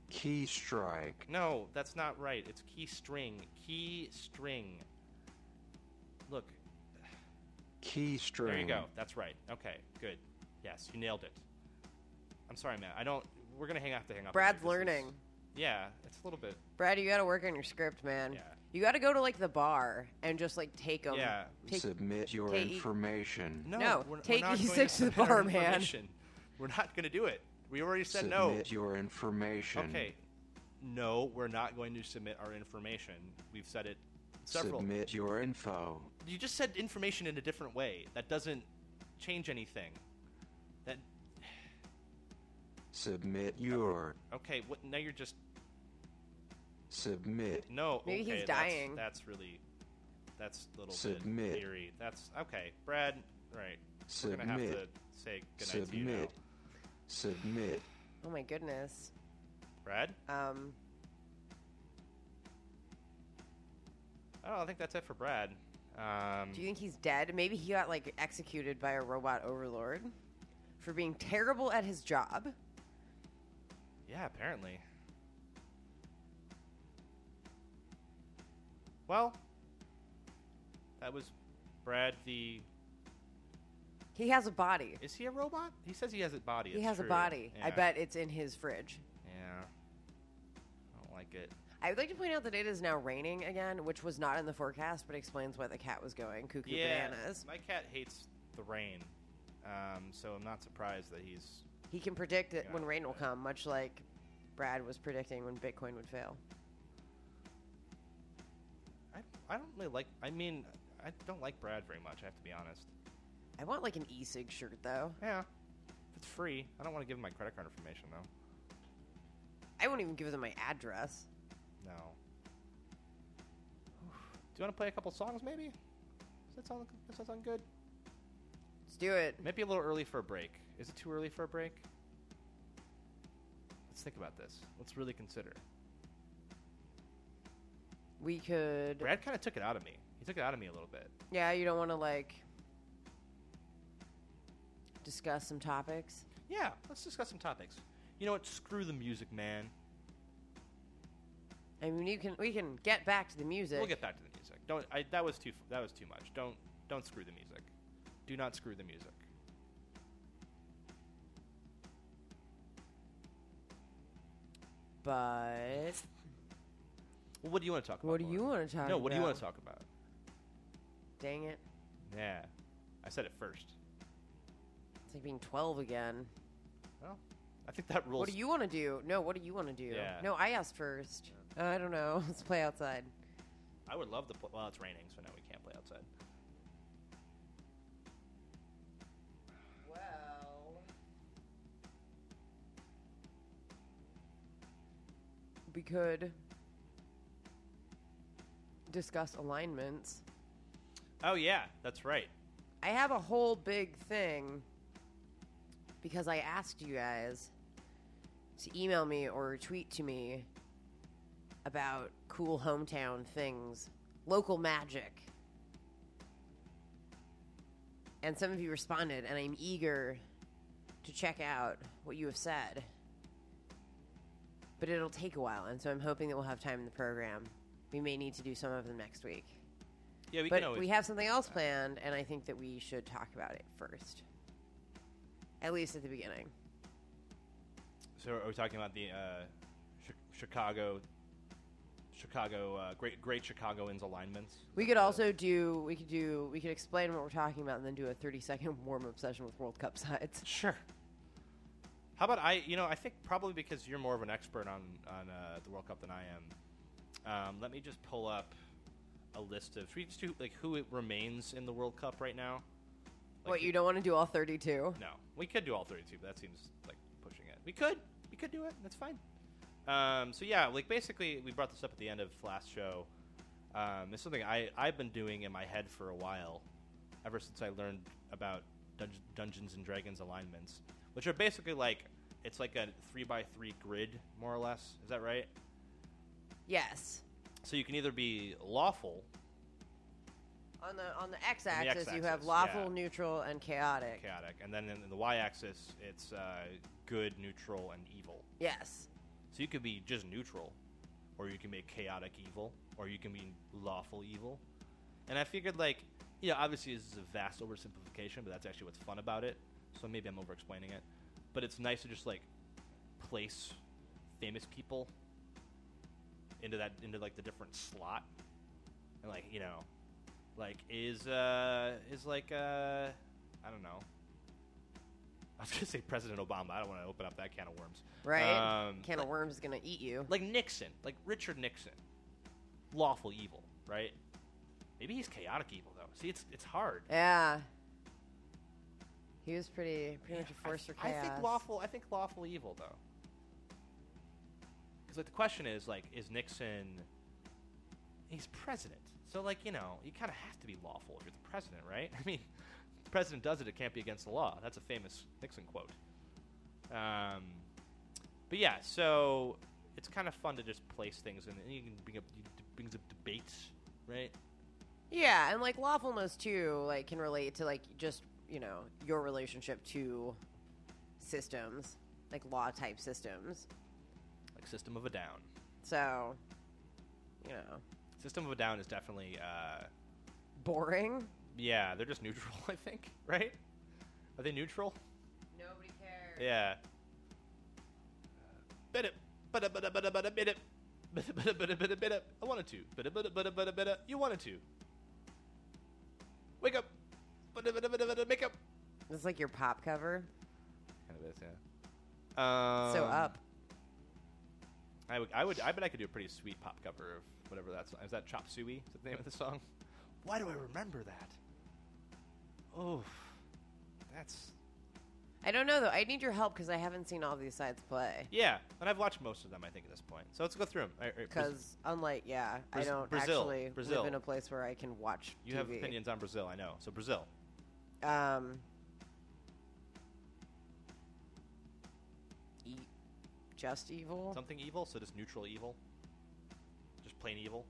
Key strike.
No, that's not right. It's keystring. Keystring. Look,
Key string.
there you go. That's right. Okay, good. Yes, you nailed it. I'm sorry, man. I don't. We're gonna hang have to hang up. on
Brad's
you. This is-
learning.
yeah, it's a little bit.
Brad, you gotta work on your script, man.
Yeah.
You gotta go to like the bar and just like take them.
Yeah.
Take,
Submit your
take-
information.
E No,
No,
we're, we're
take
not going
E6 to the
submit our
bar, man.
information. We're not going to do it. We already said
Submit
no.
your information.
Okay. No, we're not going to submit our information. We've said it several.
Submit your info.
You just said information in a different way. That doesn't change anything. That
Submit your.
okay? What? Now you're just
Submit.
no.
Maybe he's
okay, that's-
dying.
That's, really. That's a little
Submit.
bit theory. That's okay, Brad. Right. We're gonna have to
Submit.
say goodnight to you now.
Submit. Submit.
oh my goodness.
Brad.
Um.
Oh, I think that's it for Brad. Um,
Do you think he's dead? Maybe he got like executed by a robot overlord for being terrible at his job.
Yeah, apparently. Well, that was Brad the.
He has a body.
Is he a robot? He says he has a body.
He
it's
has a
true.
body. I
Yeah,
bet it's in his fridge.
Yeah. I don't like it.
I would like to point out that it is now raining again, which was not in the forecast, but explains why the cat was going cuckoo
yeah.
bananas.
My cat hates the rain, um, so I'm not surprised that he's.
He can predict that when
Yeah.
rain will come, much like Brad was predicting when Bitcoin would fail.
I, I don't really like. I mean, I don't like Brad very much, I have to be honest.
I want like an e-cig shirt though.
Yeah. If it's free, I don't want to give him my credit card information, though.
I won't even give them my address.
No. Oof. you want to play a couple songs, maybe? Does that sound, does that sound good?
Let's do it.
Maybe a little early for a break. Is it too early for a break? Let's think about this. Let's really consider.
We could.
Brad kind of took it out of me. He took it out of me a little bit.
Yeah, you don't want to like discuss some topics.
Yeah, let's discuss some topics. You know what? Screw the music, man.
I mean, you can we can get back to the music.
We'll get back to the music. Don't. I, that was too. That was too much. Don't. Don't screw the music. Do not screw the music.
but
Well, what do you want to talk about?
what do you
Lauren?
want to talk?
No, what do you want
about?
to talk about?
Dang it!
Yeah, I said it first.
It's like being twelve again.
Well, I think that rules.
What do you want to do? No, what do you want to do?
Yeah.
No, I asked first. I don't know. Let's play outside.
I would love to play. Well, it's raining, so now we can't play outside.
Well, we could discuss alignments.
Oh yeah, that's right.
I have a whole big thing because I asked you guys to email me or tweet to me about cool hometown things, local magic. And some of you responded, and I'm eager to check out what you have said. But it'll take a while, and so I'm hoping that we'll have time in the program. We may need to do some of them next week
Yeah, we
but
can always.
we have something else planned, and I think that we should talk about it first. At least at the beginning.
so are we talking about the uh, Chi- Chicago, Chicago, uh, great great Chicagoans alignments?
We could also do we could do we could explain what we're talking about and then do a thirty second warm up session with World Cup sides.
Sure. How about I? You know, I think probably because you're more of an expert on on uh, the World Cup than I am. Um, let me just pull up a list of should we just do, like who it remains in the World Cup right now. Like,
what
who-
you don't want to do all thirty two?
No, we could do all 32, but that seems like pushing it. We could, we could do it. That's fine. Um, so yeah, like basically, we brought this up at the end of last show. Um, it's something I I've been doing in my head for a while, ever since I learned about Dunge- Dungeons and Dragons alignments, which are basically like it's like a three by three grid, more or less. Is that right?
Yes.
So you can either be lawful,
On the on the x axis you have
x-axis,
lawful,
yeah.
neutral, and chaotic.
chaotic, and then in the y-axis it's uh, good, neutral, and evil.
Yes.
So you could be just neutral, or you can be chaotic evil, or you can be lawful evil. And I figured, like, you know, obviously this is a vast oversimplification, but that's actually what's fun about it. So maybe I'm over explaining it. But it's nice to just, like, place famous people into that, into, like, the different slot. And, like, you know, like, is, uh, is, like, uh, I don't know. I was going to say President Obama. I don't want to open up that can of worms.
Right?
Um,
Can of worms is gonna eat you.
like Nixon, like Richard Nixon, lawful evil, right? Maybe he's chaotic evil though. See, it's it's hard.
Yeah. He was pretty pretty much a
I-
force for
I,
chaos.
think lawful. I think lawful evil though. Because like the question is like, is Nixon? He's president, so like you know, you kind of have to be lawful if you're the president, right? I mean, if the president does it, it can't be against the law. That's a famous Nixon quote. Um, but yeah, so it's kind of fun to just place things, and you can bring up you d- brings up debates, right?
Yeah, and like lawfulness too, like can relate to like just you know your relationship to systems, like law type systems.
Like System of a Down.
So, you know,
System of a Down is definitely. Uh,
boring.
Yeah, they're just neutral, I think, right? Are they neutral?
Nobody cares.
Yeah. Bit it. Bada bada bada bada bit it. Bada bada bada bada bit it. I wanted to. Bada bada bada bada bada. You wanted to. Wake up. Bada bada bada bada. Make up.
It's like your pop cover.
Kind of is, yeah. Um,
so up.
I would, I would, I bet I could do a pretty sweet pop cover of whatever that song is. That Chop Suey? Is that the name of the song? Why do I remember that? Oh, that's
I I don't know though. I need your help because I haven't seen all these sides play.
Yeah, and I've watched most of them, I think, at this point. So let's go through them.
Because unlike yeah, I
Braz-
don't
Brazil.
actually
Brazil.
live in a place where I can watch.
you have
TV.
opinions on Brazil, I know. So Brazil.
Um. E- just evil.
Something evil, so just neutral evil. Just plain evil.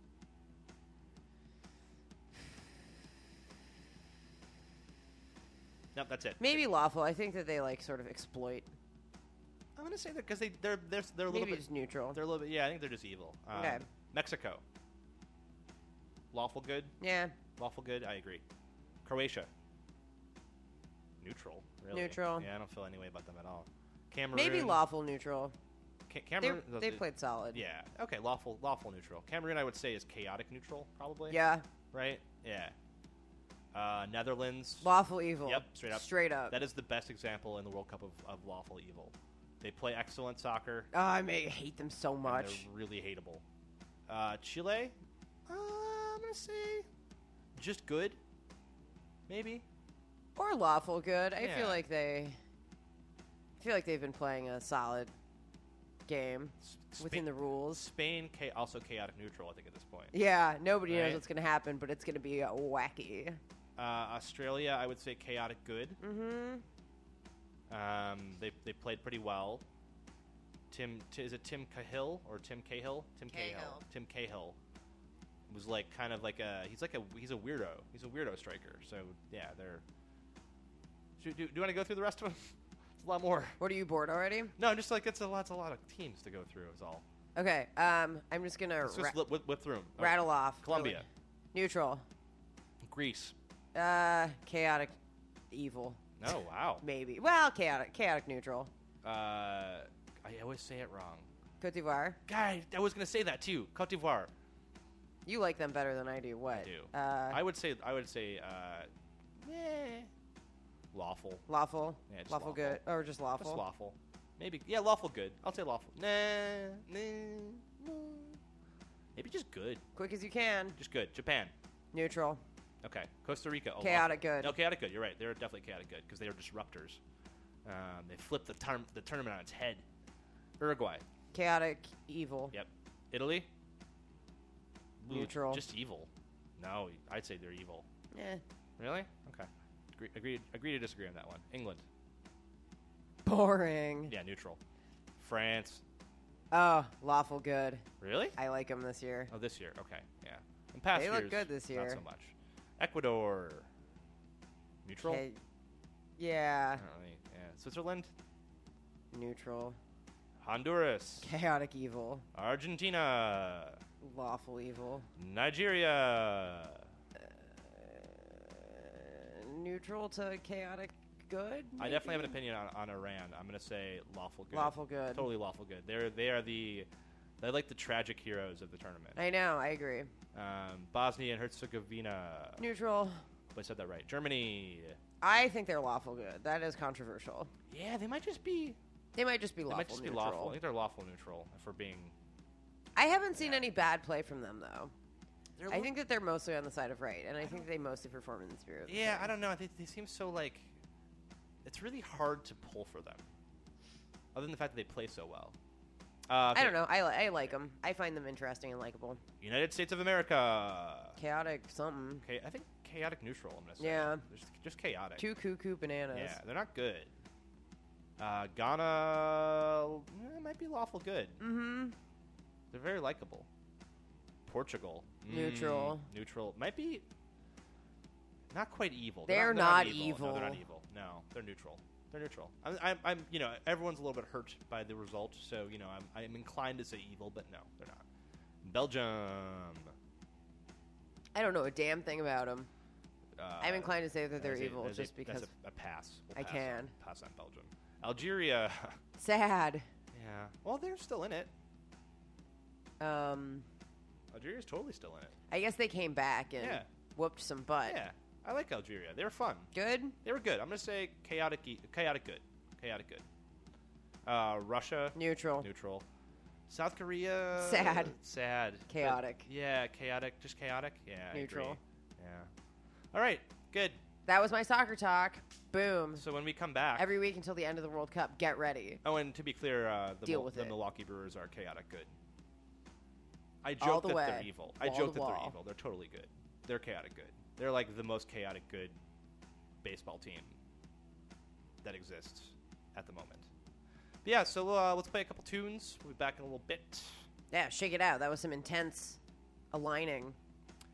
Nope, that's it.
Maybe lawful. I think that they like sort of exploit.
I'm gonna say that because they they're they're they're a little
Maybe
bit
just neutral.
they're a little bit yeah I think they're just evil. Um,
Okay.
Mexico. Lawful good,
Yeah,
lawful good. I agree. Croatia. Neutral. Really.
Neutral.
Yeah, I don't feel any way about them at all. Cameroon.
maybe lawful neutral.
Ca-
They
Cameroon.
they played solid.
Yeah. Okay. Lawful lawful neutral. Cameroon I would say is chaotic neutral probably.
Yeah,
Right. Yeah. Uh, Netherlands.
lawful evil.
Yep, straight up.
Straight up.
That is the best example in the World Cup of, of lawful evil. They play excellent soccer.
oh, I may hate them so
and
much.
They're really hateable. Uh, Chile, uh, I'm gonna say just good, maybe.
Or lawful good. I
Yeah.
feel like they. I feel like they've been playing a solid game
S-
within
Spa-
the rules.
Spain, cha- also chaotic neutral. I think at this point.
Yeah, nobody
Right.
knows what's gonna happen, but it's gonna be uh, wacky.
Uh, Australia, I would say chaotic good.
Mm-hmm.
Um, they they played pretty well. Tim t- is it Tim Cahill or Tim Cahill? Tim Cahill.
Cahill.
Tim Cahill was like kind of like a he's like a he's a weirdo. He's a weirdo striker. So yeah, they're. Should, do, do you want to go through the rest of them? it's a lot more.
What are you bored already?
No, just like it's a lot, it's a lot of teams to go through. Is all.
Okay, um, I'm just gonna
Let's just
ra-
li- whip, whip through 'em. Okay.
rattle off.
Colombia,
Neutral.
Greece.
Uh, chaotic, evil,
No, Oh, wow.
maybe. Well, chaotic, chaotic, neutral.
Uh, I always say it wrong.
Cote d'Ivoire.
Guy, I was gonna say that too. Cote d'Ivoire.
You like them better than I do. What?
I do.
Uh,
I would say I would say uh, eh, lawful.
lawful.
Yeah, just
lawful,
lawful.
good, or just lawful.
Just lawful. Maybe yeah, lawful good. I'll say lawful. Nah, nah, nah. Maybe just good.
Quick as you can.
Just good. Japan.
Neutral.
Okay. Costa Rica. Oh,
Chaotic
lawful.
good.
No, chaotic good. You're right. They're definitely chaotic good because they are disruptors. Um, they flip the term the tournament on its head. Uruguay.
Chaotic, evil.
Yep. Italy. Ooh,
Neutral.
Just evil. No, I'd say they're evil.
Eh.
Really? Okay. Agree, agree, agree to disagree on that one. England.
Boring.
Yeah, neutral. France.
Oh, lawful good.
Really?
I like them this year.
Oh, this year. Okay. Yeah. And past
They look
years,
good this year.
Not so much. Ecuador. Neutral.
Okay. Yeah,
I don't really- yeah. Switzerland.
neutral.
Honduras.
Chaotic evil.
Argentina.
Lawful evil.
Nigeria.
Uh, neutral to chaotic good?
I definitely have an
maybe?
opinion on, on Iran. I'm gonna say lawful good.
Lawful good.
Totally lawful good. They're they are the they're like the tragic heroes of the tournament.
I know, I agree.
Um, Bosnia and Herzegovina.
Neutral.
I said that right. Germany.
I think they're lawful good. That is controversial.
Yeah, they might just be.
They might just be
They
lawful
might just
neutral.
be lawful. I think they're lawful neutral for being.
I haven't seen
Yeah.
any bad play from them though.
They're
I think that they're mostly on the side of right, and I, think they mostly perform in the spirit. Of the
Yeah,
thing.
I don't know. They, they seem so like. It's really hard to pull for them. Other than the fact that they play so well. Uh,
I
okay.
don't know. I, li- I like them. I find them interesting and likable.
United States of America.
Chaotic something.
Okay, I think chaotic neutral. I'm gonna say.
Yeah.
They're Just, just chaotic.
Two cuckoo bananas.
yeah, they're not good. Uh, Ghana eh, might be lawful good.
Mm-hmm.
They're very likable. Portugal. Mm,
Neutral.
neutral. Might be not quite evil.
They're
not,
not
No, they're not
evil.
evil. No, they're neutral. They're neutral. I'm, I'm, I'm, you know, everyone's a little bit hurt by the result, so you know, I'm, I'm inclined to say evil, but no, they're not. Belgium.
I don't know a damn thing about them.
Uh,
I'm inclined to say that
that's
they're
a-
evil
that's a-
just
that's
because
a, a pass. We'll
I
pass
can.
on- pass on Belgium. Algeria.
sad.
yeah. Well, they're still in it.
Um,
Algeria's totally still in it.
I guess they came back and
Yeah.
whooped some butt.
Yeah, I like Algeria. They're fun.
Good.
They were good. I'm gonna say chaotic, e- chaotic good, chaotic good. Uh, Russia
Neutral.
neutral. South Korea
Sad.
sad, But-
Chaotic.
yeah, chaotic, just chaotic. Yeah, I agree.
Neutral.
Yeah. All right, good.
That was my soccer talk. Boom.
So when we come back,
Every week until the end of the World Cup, get ready.
oh, and to be clear, uh, the,
Deal
Mil-
with
the
it.
Milwaukee Brewers are chaotic good. I
All
joke
the
that they're
way,
evil. I
wall
joke
to
that
wall.
they're evil. They're totally good. They're chaotic good. They're like the most chaotic good baseball team that exists at the moment. But yeah, so uh, let's play a couple tunes. We'll be back in a little bit.
Yeah, shake it out. That was some intense aligning.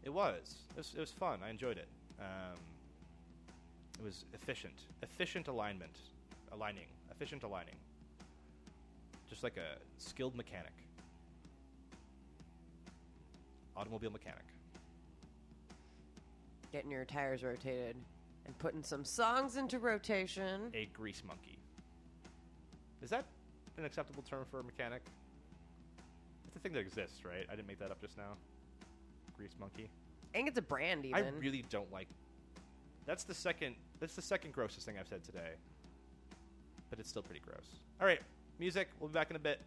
It was. It was, it was fun. I enjoyed it. Um, it was efficient. Efficient alignment. Aligning. Efficient aligning. Just like a skilled mechanic. Automobile mechanic.
Getting your tires rotated and putting some songs into rotation.
A grease monkey. Is that an acceptable term for a mechanic? It's a thing that exists, right? I didn't make that up just now. Grease monkey.
I think it's a brand
I
even.
really don't like. That's the second. That's the second grossest thing I've said today. But it's still pretty gross. All right, music. We'll be back in a bit.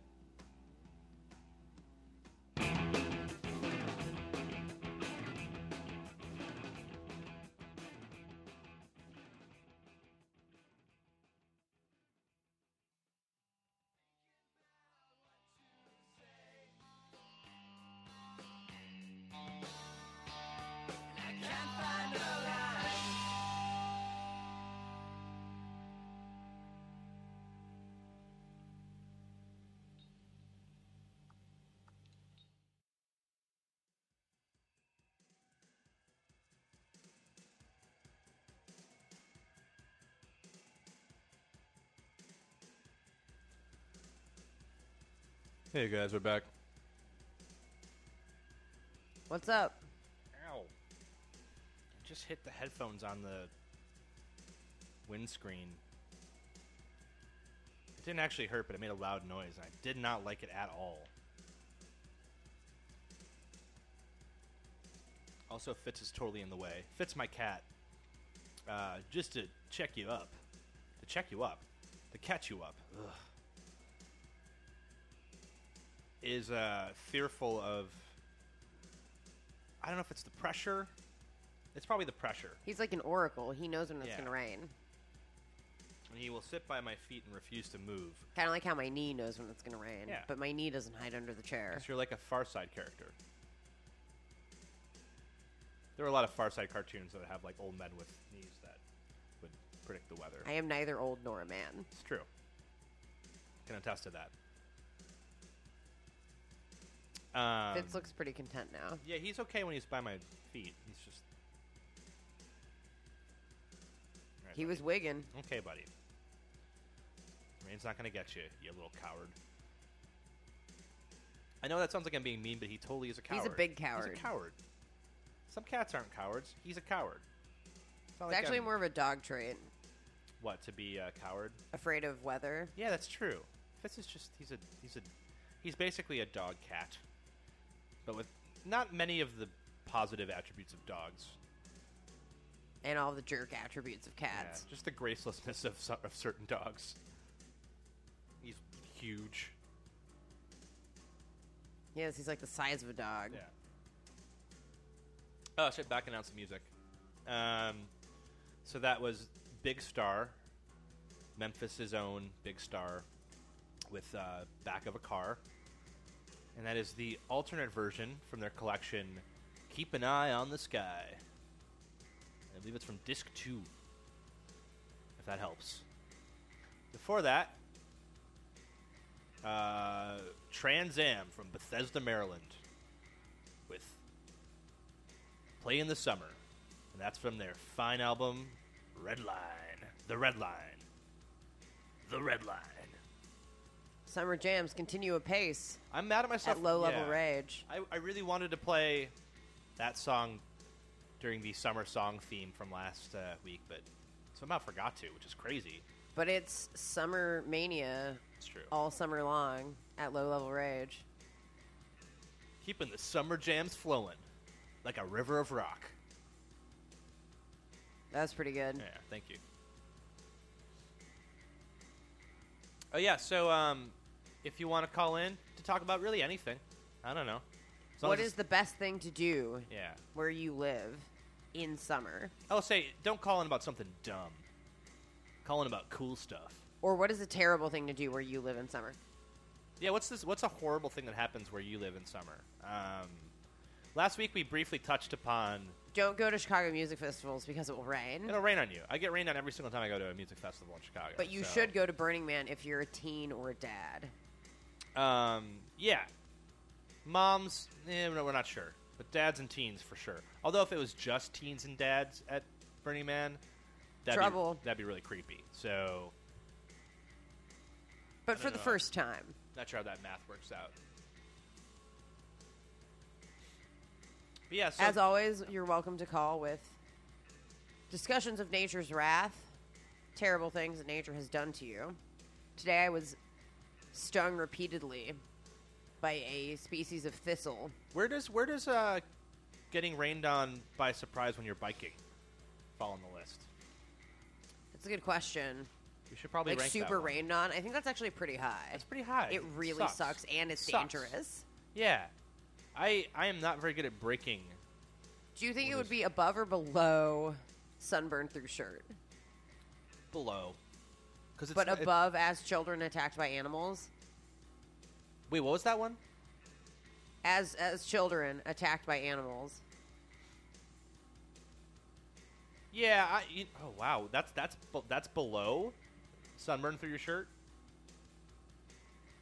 Hey guys, we're back.
What's up?
Ow! I just hit the headphones on the windscreen. It didn't actually hurt, but it made a loud noise, and I did not like it at all. Also, Fitz is totally in the way. Fitz, my cat. Uh, just to check you up, to check you up, to catch you up. Ugh. Is uh, fearful of. I don't know if it's the pressure. It's probably the pressure.
He's like an oracle. He knows when it's
Yeah.
going to rain.
And he will sit by my feet and refuse to move.
Kind of like how my knee knows when it's going to rain.
Yeah.
But my knee doesn't hide under the chair.
Because you're like a Far Side character. There were a lot of Far Side cartoons that have like old men with knees that would predict the weather.
I am neither old nor a man.
It's true. Can attest to that. Um,
Fitz looks pretty content now.
Yeah, he's okay when he's by my feet. He's just Alright,
He
buddy.
was wigging.
Okay, buddy. Rain's not gonna get you, you little coward. I know that sounds like I'm being mean, but he totally is a
He's
coward.
a big
He's
coward.
a coward. Some cats aren't cowards. He's a coward. not
It's
like um,
actually
I'm-
more of a dog trait.
what to be a coward.
Afraid of weather.
Yeah, that's true. Fitz is just he's a he's a he's basically a dog cat, but with not many of the positive attributes of dogs.
And all the jerk attributes of
Yeah,
cats.
just the gracelessness of, so- of certain dogs. He's huge.
Yes, he's like the size of a dog.
Oh, shit, back announce the music. Um, so that was Big Star, Memphis' own Big Star, with uh, Back of a Car. And that is the alternate version from their collection, Keep an Eye on the Sky. I believe it's from Disc 2, if that helps. Before that, uh, Trans Am from Bethesda, Maryland, with Play in the Summer. And that's from their fine album, Red Line. The Red Line. The Red Line.
Summer jams continue apace
I'm mad at myself.
at low level
yeah.
rage.
I, I really wanted to play that song during the summer song theme from last uh, week, but somehow forgot to, which is crazy.
But it's summer mania
It's true.
all summer long at low level rage.
Keeping the summer jams flowing like a river of rock.
That's pretty good.
Yeah, thank you. Oh yeah, so um, if you want to call in to talk about really anything, I don't know. As long
What
as
is the best thing to do
it's- yeah? Oh,
where you live in summer?
I'll say don't call in about something dumb. Calling about cool stuff.
Or what is a terrible thing to do where you live in summer?
Yeah, what's this? What's a horrible thing that happens where you live in summer? Um, last week we briefly touched upon
Don't go to Chicago music festivals because it will rain.
it'll rain on you. I get rained on every single time I go to a music festival in Chicago.
But you
so,
should go to Burning Man if you're a teen or a dad.
Um, yeah, moms. Eh, no, we're not sure, but dads and teens for sure. Although if it was just teens and dads at Burning Man, that'd
Trouble.
Be, that'd be really creepy. So
But for
don't
the
know.
first time.
Not sure how that math works out. But yeah, so
As always, you're welcome to call with discussions of nature's wrath, terrible things that nature has done to you. Today I was stung repeatedly by a species of thistle.
where does where does uh, getting rained on by surprise when you're biking fall on the list?
That's a good question.
We should probably
Like
rank that
super
one.
rained on. I think that's actually pretty high.
It's pretty high.
It really sucks.
Sucks.
and it's
Sucks.
dangerous.
Yeah, I I am not very good at braking.
Do you think it would be above or below sunburn through shirt?
below. Because
But above as children attacked by animals?
wait, what was that one?
As as children attacked by animals.
Yeah. I, you, oh wow, that's that's be- that's below sunburn through your shirt.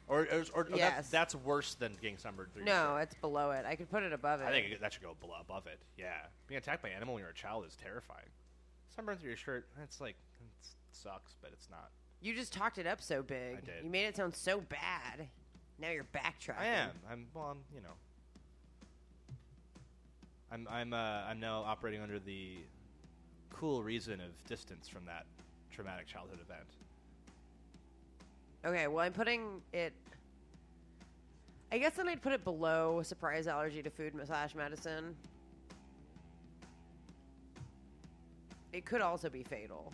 Or, or, or- or
Yes.
that's, that's worse than getting sunburned through. your
No,
shirt.
it's below it. I could put it above it.
I think it- that should go below, above it. Yeah, being attacked by an animal when you're a child is terrifying. Sunburn through your shirt, that's like it's, it sucks, but it's not.
you just talked it up so big.
I did.
You made it sound so bad. Now you're backtracking.
I am. I'm well. I'm you know. I'm I'm uh, I'm now operating under the cool reason of distance from that traumatic childhood event.
Okay, well, I'm putting it. I guess then I'd put it below surprise allergy to food slash medicine. It could also be fatal.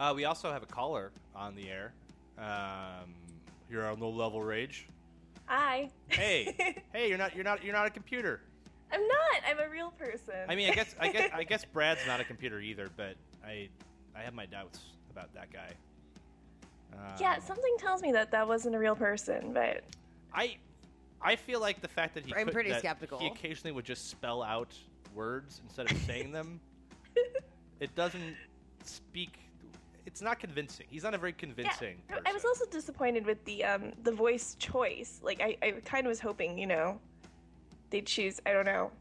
Uh, we also have a caller on the air. Um, you're on low level rage.
Hi.
Hey, hey, you're not you're not you're not a computer.
I'm not. I'm a real person.
I mean, I guess I guess I guess Brad's not a computer either, but I I have my doubts about that guy. Um,
yeah, something tells me that that wasn't a real person, but
I I feel like the fact that he
I'm
could-
pretty
that
skeptical.
He occasionally would just spell out words instead of saying them. It doesn't speak. It's not convincing. He's not a very convincing.
yeah, I- I
person.
was also disappointed with the um the voice choice. Like I, I kind of was hoping, you know, they'd choose I don't know,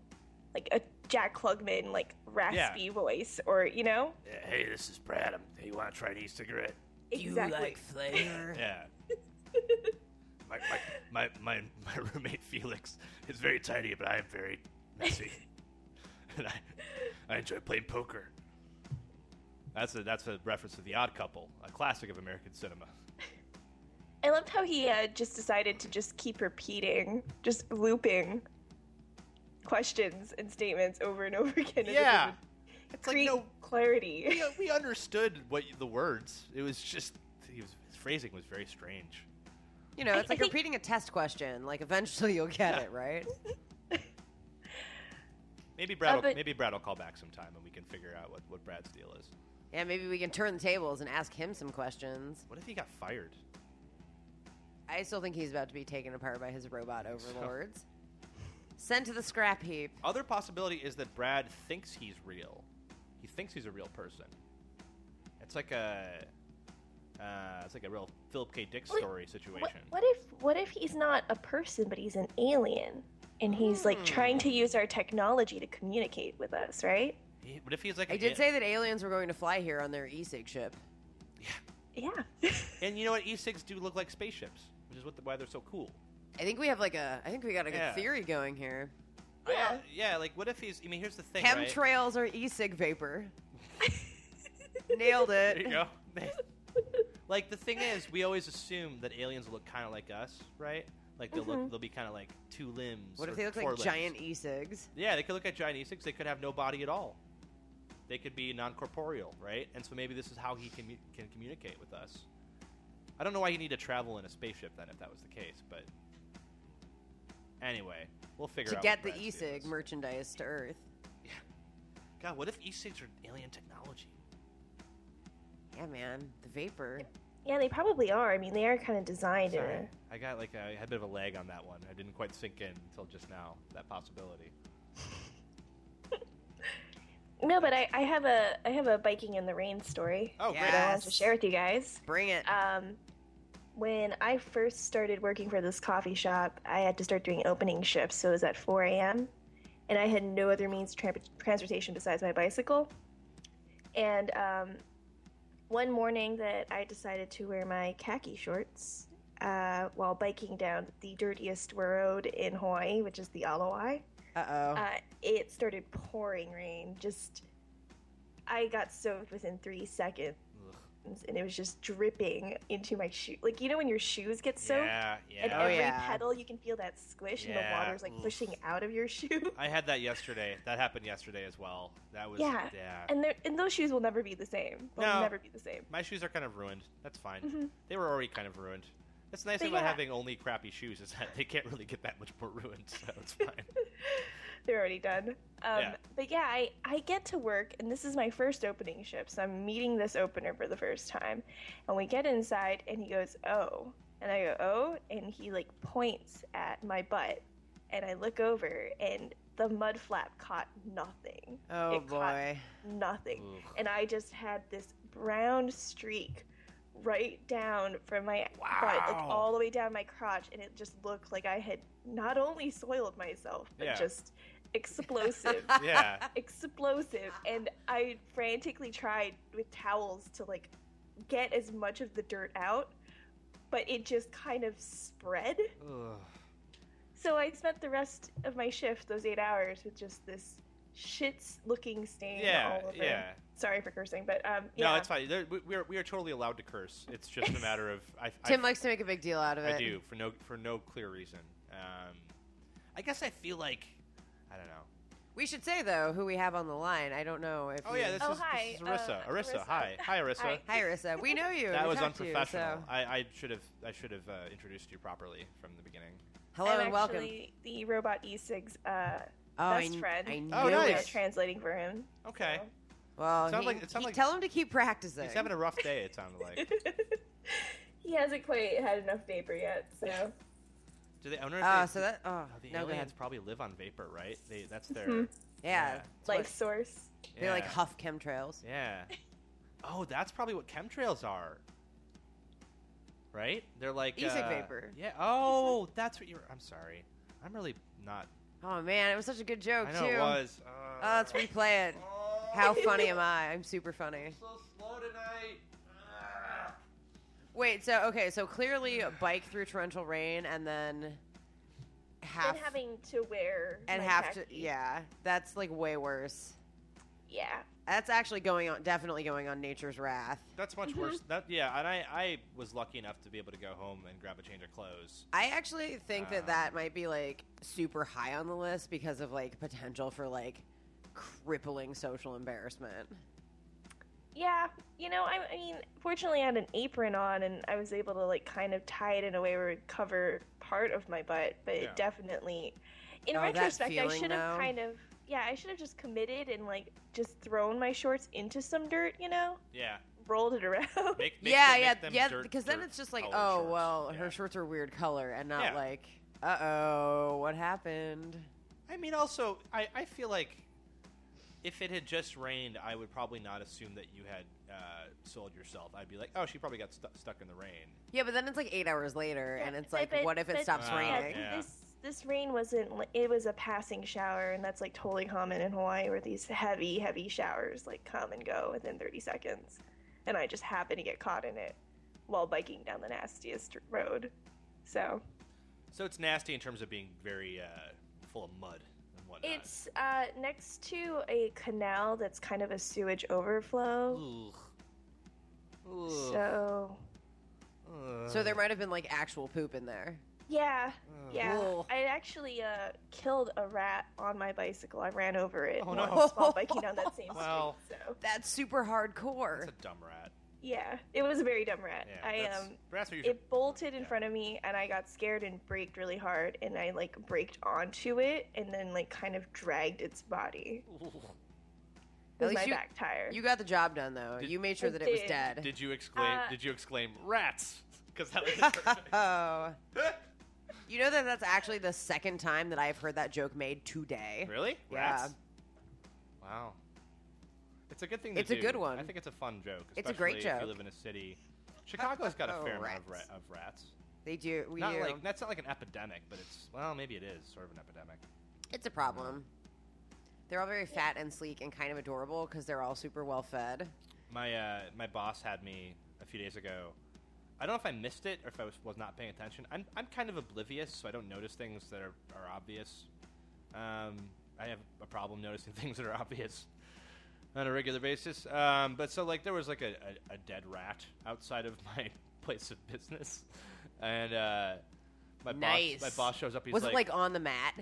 like a Jack Klugman like raspy voice or you know
Hey, this is Brad. i you want to try an e-cigarette?
exactly.
flavor?
Yeah. my, my, my, my, my roommate Felix is very tidy, but I am very messy. and I, I enjoy playing poker. That's a, that's a reference to The Odd Couple, a classic of American cinema.
I loved how he uh, just decided to just keep repeating, just looping questions and statements over and over again. as if
Yeah.
it
It's
would Create clarity.
we, uh, we understood what you- the words. It was just he was, his phrasing was very strange.
you know,
I-
it's
I
like
think-
repeating a test question. Like, eventually you'll get it, right?
Maybe Brad.
Uh,
will,
but-
maybe Brad will call back sometime and we can figure out what, what Brad's deal is.
Yeah, maybe we can turn the tables and ask him some questions.
What if he got fired?
I still think he's about to be taken apart by his robot overlords. Sent to the scrap heap.
Other possibility is that Brad thinks he's real. He thinks he's a real person. It's like a uh, it's like a real Philip K. Dick
Wait,
story situation.
What, what if what if he's not a person but he's an alien and he's like trying to use our technology to communicate with us, right?
He- what if he's like
I
an
did
a-
say that aliens were going to fly here on their e-sig ship.
Yeah.
And you know what? E6 do look like spaceships, which is what the, why they're so cool.
I think we have like a. I think we got a good
Yeah.
theory going here.
Yeah. yeah, like what if he's? I mean, here's the thing. right?
Chemtrails are e-sig vapor. Nailed it.
There you go. like the thing is, we always assume that aliens look kind of like us, right? Like they'll look, they'll be kind of like two limbs.
What if
or
they look like
four limbs.
giant e-cigs?
Yeah, they could look like giant e-cigs. They could have no body at all. They could be non-corporeal, right? And so maybe this is how he commu- can communicate with us. I don't know why you need to travel in a spaceship then, if that was the case. But anyway, we'll figure
To
out what
get the E
Brad's deal
e-sig
is.
merchandise to Earth.
E God, what if e-cigs are alien technology?
Yeah, Yeah, man, the vapor.
Yeah, they probably are. I mean, they are kind of designed. In a,
Sorry. I got like a, I had a bit of a lag on that one. I didn't quite sink in until just now. That possibility.
no, but I, I have a I have a biking in the rain story
Oh,
Yeah.
that I wanted to
Yes.
share with you guys.
Bring it.
Um, when I first started working for this coffee shop, I had to start doing opening shifts, so it was at 4 a.m. And I had no other means of tran transportation besides my bicycle. And um, one morning that I decided to wear my khaki shorts uh, while biking down the dirtiest road in Hawaii, which is the Alawai
Uh oh.
uh, it started pouring rain. Just, I got soaked within three seconds, and it was just dripping into my shoe. Like you know when your shoes get soaked,
Yeah,
and
yeah.
Oh,
every
yeah.
pedal you can feel that squish, and the
Yeah,
water's like
oof.
pushing out of your shoe.
I had that yesterday. That happened yesterday as well. That was
Yeah.
yeah.
And they're- and those shoes will never be the same. They'll
No.
never be the same.
My shoes are kind of ruined. That's fine.
Mhm.
They were already kind of ruined. That's nice
But
about
yeah.
having only crappy shoes is that they can't really get that much more ruined, so it's fine.
They're already done. Um,
Yeah.
But yeah, I, I get to work, and this is my first opening shift, so I'm meeting this opener for the first time. And we get inside, and he goes, Oh. And I go, Oh. And he like points at my butt. And I look over, and the mud flap caught nothing.
oh
it caught-
boy.
Nothing.
Ugh.
And I just had this brown streak right down from my butt, like
Wow.
all the way down my crotch, and it just looked like I had not only soiled myself, but
Yeah.
just explosive,
yeah.
explosive. And I frantically tried with towels to like get as much of the dirt out, but it just kind of spread.
Ugh.
So I spent the rest of my shift, those eight hours, with just this shits-looking stain
Yeah,
all over.
yeah.
Sorry for cursing, but um, yeah.
No, it's fine. There, we, we, are, we are totally allowed to curse. It's just a matter of I,
Tim
I,
likes to make a big deal out of it.
I do for no for no clear reason. Um, I guess I feel like I don't know.
We should say though who we have on the line. I don't know if.
Oh
you-
yeah, this
Oh,
is
hi,
this is Arissa.
uh,
Arissa,
Arissa.
hi, hi, Arissa.
Hi.
Hi, Arissa. We know you.
That
We
was
talked to you,
unprofessional.
so-
I, I should have I should have uh, introduced you properly from the beginning.
Hello
I'm
and welcome.
actually the robot Esig's uh,
oh, I,
best
kn-
friend.
I knew
Oh,
I'm, uh,
it.
nice.
translating for him.
Okay,
Well,
It sounds
he,
like- it sounds
he-
like-
tell him to keep practicing.
he's having a rough day. It sounded like.
he hasn't quite had enough vapor yet, so
Do they? I wonder if
Oh,
they-
so that. Oh,
the
no, go
aliens
ahead.
probably live on vapor, right? They that's their
Mhm.
Yeah,
yeah.
that's
life
what-
source.
they like
yeah,
huff chemtrails.
Yeah. Oh, that's probably what chemtrails are. Right? They're like
Etheric
uh,
vapor.
Yeah. Oh, that's what you're. I'm sorry. I'm really not.
Oh man, it was such a good joke
I know
too.
it was.
Oh,
Uh,
let's replay it.
oh,
How funny am I? I'm super funny.
I'm so slow tonight. Ah.
Wait, so okay, so clearly bike through torrential rain and then half
And having to wear
and
my
have to
khaki.
yeah, that's like way worse.
yeah.
That's actually going on, definitely going on nature's wrath.
That's much worse.
Mm-hmm.
That yeah, and I I was lucky enough to be able to go home and grab a change of clothes.
I actually think that
Um,
that might be like super high on the list because of like potential for like crippling social embarrassment.
Yeah, you know, I, I mean, fortunately, I had an apron on, and I was able to like kind of tie it in a way where it would cover part of my butt, but
Yeah.
it definitely, in
Oh, that
retrospect, I
feeling,
should have
though.
kind of, yeah, I should have just committed and like just thrown my shorts into some dirt, you know,
Yeah.
rolled it around.
Make, make
yeah,
them,
yeah,
make them
yeah.
dirt-
Because then
dirt
it's just like,
colored
oh
shorts.
well,
Yeah.
her shorts are weird color, and not
Yeah.
like, uh oh, what happened?
I mean, also, I, I feel like if it had just rained, I would probably not assume that you had uh, sold yourself. I'd be like, oh, she probably got stu- stuck in the rain.
Yeah, but then it's like eight hours later, and
Yeah,
it's
but-
like,
but-
what if it
but-
stops
Ah,
yeah,
raining?
yeah.
This this rain wasn't. li- It was a passing shower, and that's like totally common in Hawaii, where these heavy, heavy showers like come and go within 30 seconds, and I just happened to get caught in it while biking down the nastiest road. So
So it's nasty in terms of being very uh, full of mud and whatnot.
it's uh, next to a canal that's kind of a sewage overflow.
Ugh. Ugh.
So
Ugh.
So there might have been like actual poop in there.
yeah, yeah.
Ugh.
I actually uh, killed a rat on my bicycle. I ran over it
Oh, no.
once while biking down that same
Wow.
street. So.
That's super hardcore.
That's a dumb rat.
Yeah, it was a very dumb rat.
Yeah,
I
that's-
um,
Rats are usually
it bolted in
yeah.
front of me, and I got scared and braked really hard, and I like braked onto it, and then like kind of dragged its body.
At
was
least
my
you-
back tire.
You got the job done though.
Did-
you made sure
I
that it was
did.
dead.
Did you exclaim?
Uh,
did you exclaim rats? Because that was. her-
Oh. you know that that's actually the second time that I've heard that joke made today.
really?
Yeah.
Rats. Wow. It's a good thing. To
It's a
do.
good one.
I think it's a fun joke.
It's a great
especially If
You
joke.
live in a city. Chicago's got a
Oh,
fair amount of, ra-
rats.
of rats.
They do. We
Not
do.
like that's not like an epidemic, but it's well, maybe it is sort of an epidemic.
It's a problem. They're all very fat and sleek and kind of adorable because they're all super well fed.
My uh, my boss had me a few days ago. I don't know if I missed it or if I was, was not paying attention. I'm, I'm kind of oblivious, so I don't notice things that are, are obvious. Um, I have a problem noticing things that are obvious on a regular basis. Um, but so like there was like a, a, a dead rat outside of my place of business, and uh, my
Nice.
boss my boss shows up. He's
was
like,
it like on the mat?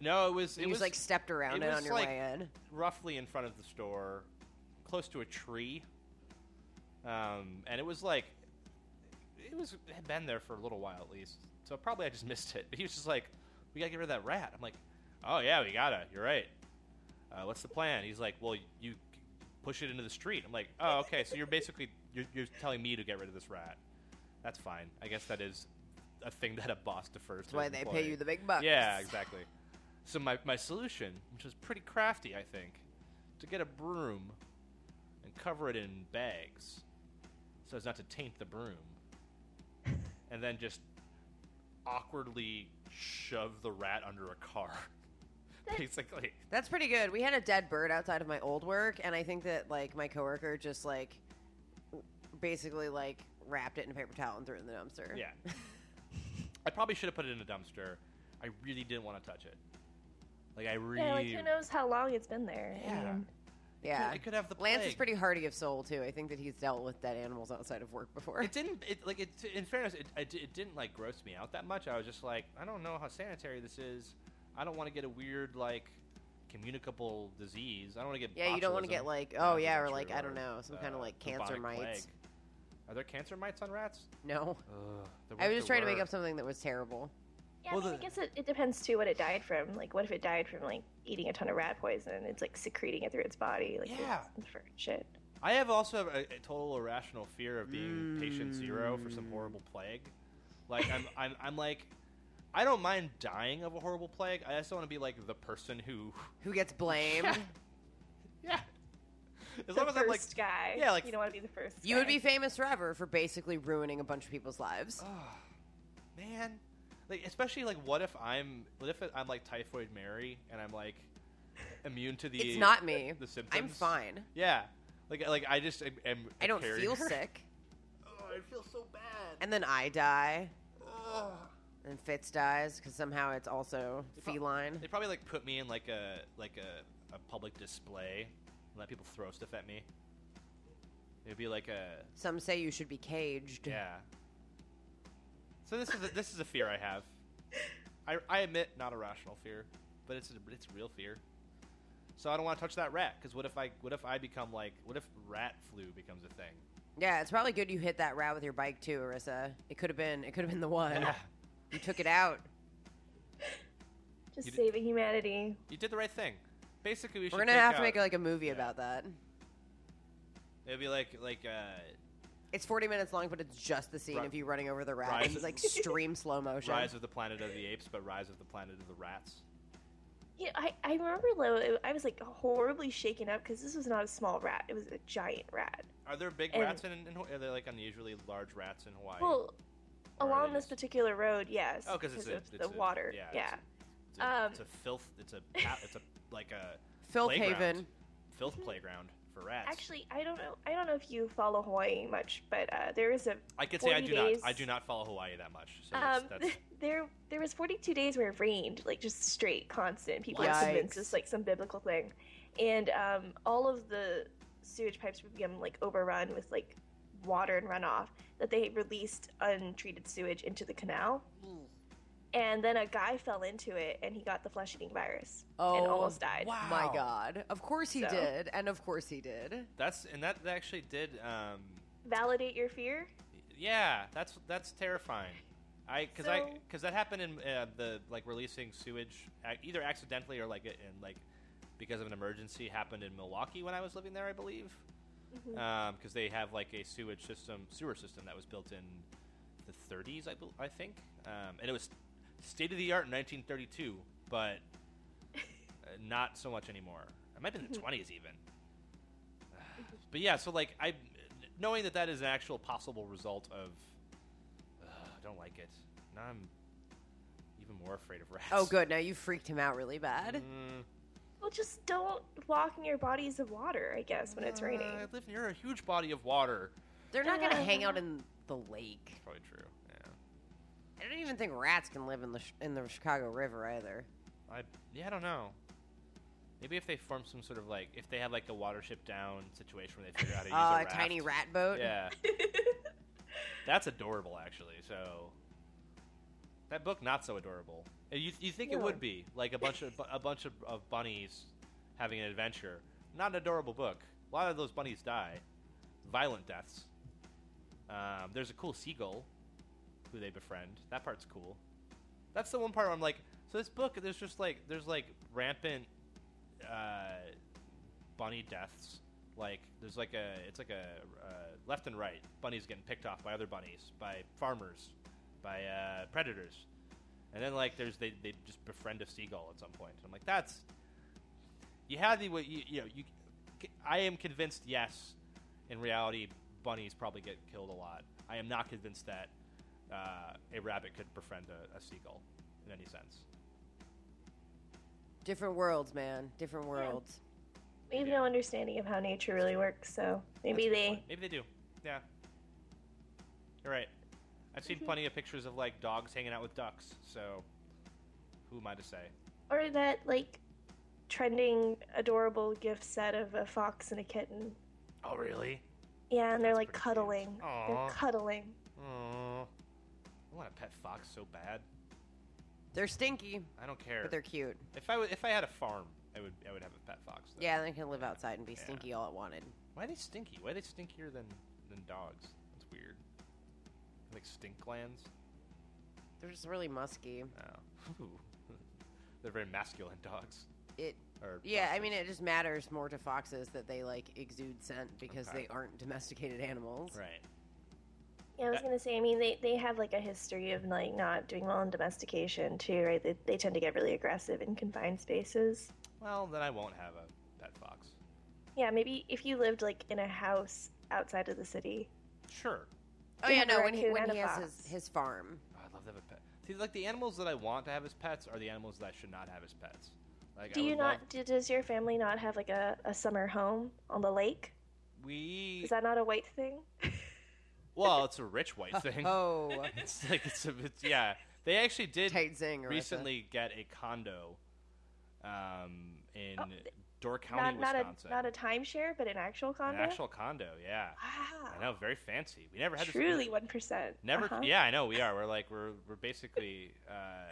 no, it was it
You
was
just like stepped around
it
it, on
was
your
like-
way in.
roughly in front of the store, close to a tree. Um, and it was like, it was it had been there for a little while at least. So probably I just missed it. But he was just like, "We gotta get rid of that rat." I'm like, "Oh yeah, we gotta. You're right. Uh, what's the plan?" He's like, "Well, you push it into the street." I'm like, "Oh okay. So you're basically you're, you're telling me to get rid of this rat. That's fine. I guess that is a thing that a boss defers to.
That's why
his
they
employee.
pay you the big bucks.
Yeah, exactly. So my, my solution, which was pretty crafty, I think, to get a broom and cover it in bags so as not to taint the broom, and then just awkwardly shove the rat under a car. Basically,
That's pretty good. We had a dead bird outside of my old work, and I think that like my coworker just like basically like wrapped it in a paper towel and threw it in the dumpster.
yeah. I probably should have put it in a dumpster. I really didn't want to touch it. Like I really,
yeah, like who knows how long it's been there? I
Yeah.
mean,
yeah.
I could have the
Lance is
plague.
pretty hardy of soul too. I think that he's dealt with dead animals outside of work before.
It didn't. It, like it. In fairness, it, it, it didn't like gross me out that much. I was just like, I don't know how sanitary this is. I don't want to get a weird like communicable disease. I don't want to get.
yeah, you don't want to
botulism.
get like oh
Botulism,
yeah, or
sure,
like I don't know some
uh,
kind of like cancer
bubonic
mites.
plague. Are there cancer mites on rats?
No,
Ugh, there
I
weren't-
was just
there
trying to make
were.
up something that was terrible.
yeah,
Well,
I, mean,
the-
I guess it, it depends too what it died from. Like, what if it died from like eating a ton of rat poison? It's like secreting it through its body, like
Yeah.
it's for shit.
I have also a, a total irrational fear of being patient zero for
Mm.
some horrible plague. Like I'm, I'm, I'm like, I don't mind dying of a horrible plague. I just don't want to be like the person who,
Who gets blamed?
yeah. As
the
long as I'm like
first guy.
yeah, like-
you don't want to be the first.
you would
guy.
be famous forever for basically ruining a bunch of people's lives.
man like especially like what if i'm what if i'm like typhoid mary and i'm like immune to the
it's not me.
the symptoms
I'm fine.
yeah like like i just am, am a
I don't
carrier.
feel sick.
oh, i feel so bad
And then I die. And Fitz dies because somehow it's also feline.
they probably like put me in like a like a, a public display and let people throw stuff at me it'd be like a
Some say you should be caged.
yeah so this is a, this is a fear i have I, I admit not a rational fear but it's a, it's a real fear so i don't want to touch that rat because what if i what if i become like what if rat flu becomes a thing
Yeah, it's probably good you hit that rat with your bike too, Arissa. It could have been. It could have been the one. You took it out.
just
you d-
saving humanity.
you did the right thing basically we should
We're gonna
take
have
out-
to make like a movie about that.
it'd be like like uh
It's 40 minutes long, but it's just the scene
Ri-
of you running over the rat.
Rise-
and It's like stream slow motion.
rise of the planet of the apes but rise of the planet of the rats
Yeah, I, I remember though, I was like horribly shaken up because this was not a small rat; it was a giant rat.
are there big
And-
rats in, in Hawaii? Are there like unusually large rats in Hawaii?
Well,
Or are
along
they
this
just-
particular road, yes.
Oh, 'cause it's a-
of
it's
the
a-
water.
yeah,
Yeah.
it's it's, a,
um,
it's a filth. It's a pa- it's a like a
Filth
playground.
Haven.
filth playground for rats.
Actually, I don't know. I don't know if you follow Hawaii much, but uh, there is a
I could say I
40
do
days.
not. I do not follow Hawaii that much. So that's,
um,
that's
there there was 42 days where it rained like just straight constant. People
Yikes.
are convinced it's like some biblical thing, and um, all of the sewage pipes would become like overrun with like water and runoff that they released untreated sewage into the canal.
Mm.
And then a guy fell into it and he got the flesh eating virus and
Oh,
almost died.
My God. Of course he
So-
did, and of course he did.
that's and that, that actually did. Um,
Validate your fear.
yeah, that's that's terrifying. I because I
So-
because that happened in uh, the like releasing sewage ac- either accidentally or like it- and like because of an emergency happened in Milwaukee when I was living there, I believe. Because they have like a sewage system, sewer system that was built in the 30s, I, bel I think, um, and it was state of the art in 1932, but uh, not so much anymore. It might have been the 20s even. But yeah, so like I, knowing that that is an actual possible result of, Ugh, I don't like it. Now I'm even more afraid of rats. Mm,
Oh, good. Now you freaked him out really bad.
Mm-hmm.
Well, just don't walk near bodies of water, I guess, when it's raining.
I live near a huge body of water.
They're not gonna hang out in the lake.
Probably true. Yeah.
I don't even think rats can live in the sh- in the Chicago River either.
I yeah, I don't know. Maybe if they form some sort of like if they have like a watership down situation where they figure out how to use
Uh,
a
a tiny
raft.
rat boat.
Yeah. That's adorable, actually. So that book not so adorable. And You you think it
No.
would be like a bunch of a bunch of, of bunnies having an adventure? Not an adorable book. A lot of those bunnies die, violent deaths. Um, there's a cool seagull who they befriend. That part's cool. That's the one part where I'm like, so this book, there's just like there's like rampant uh, bunny deaths. Like there's like a it's like a uh, left and right bunnies getting picked off by other bunnies, by farmers, by uh, predators, and then like there's they, they just befriend a seagull at some point. I'm like that's you had the way you, you know you. I am convinced yes, in reality bunnies probably get killed a lot. I am not convinced that uh, a rabbit could befriend a, a seagull in any sense.
Different worlds, man. Different worlds.
We have no understanding of how nature really works, so maybe
That's a good
they
point. maybe they do. Yeah. You're right. I've
Mm-hmm.
seen plenty of pictures of like dogs hanging out with ducks, so who am I to say?
or that like trending adorable gift set of a fox and a kitten.
Oh really?
Yeah, and they're
That's
like
pretty cute.
cuddling.
Aw.
They're cuddling.
Oh, I want a pet fox so bad.
They're stinky,
I don't care.
but they're cute.
If I w- if I had a farm, I would I would have a pet fox. Though.
Yeah, they can live outside and be stinky all it wanted.
Why are they stinky? Why are they stinkier than than dogs? That's weird. Like stink glands.
They're just really musky.
Oh. Ooh. they're very masculine dogs.
It.
Or
Yeah, I
foxes.
mean, it just matters more to foxes that they like exude scent because
Okay.
they aren't domesticated animals.
Right.
Yeah, I was
That-
gonna say. I mean, they, they have like a history of like not doing well in domestication too, right? They, they tend to get really aggressive in confined spaces.
Well, then I won't have a pet fox.
Yeah, maybe if you lived like in a house outside of the city.
Sure.
Oh
They
yeah,
have a
no. When he
raccoon
when
and
he
a
has his,
fox.
his farm,
Oh, I'd love to have a pet. See, like the animals that I want to have as pets are the animals that I should not have as pets. Like,
Do
I
you
would
not?
love-
do- Does your family not have like a, a summer home on the lake?
we.
Is that not a white thing?
Well, it's a rich white thing.
oh,
It's like it's a it's, yeah. They actually did
tight zing. Arissa.
recently get a condo, um, in
Oh,
Door County,
Not not a
Wisconsin.
not a timeshare, but an actual
An
condo.
actual condo, yeah. I
wow.
know, very fancy. We never had this.
Truly one percent.
Never.
Uh-huh.
Yeah, I know. We are. We're like we're we're basically. Uh,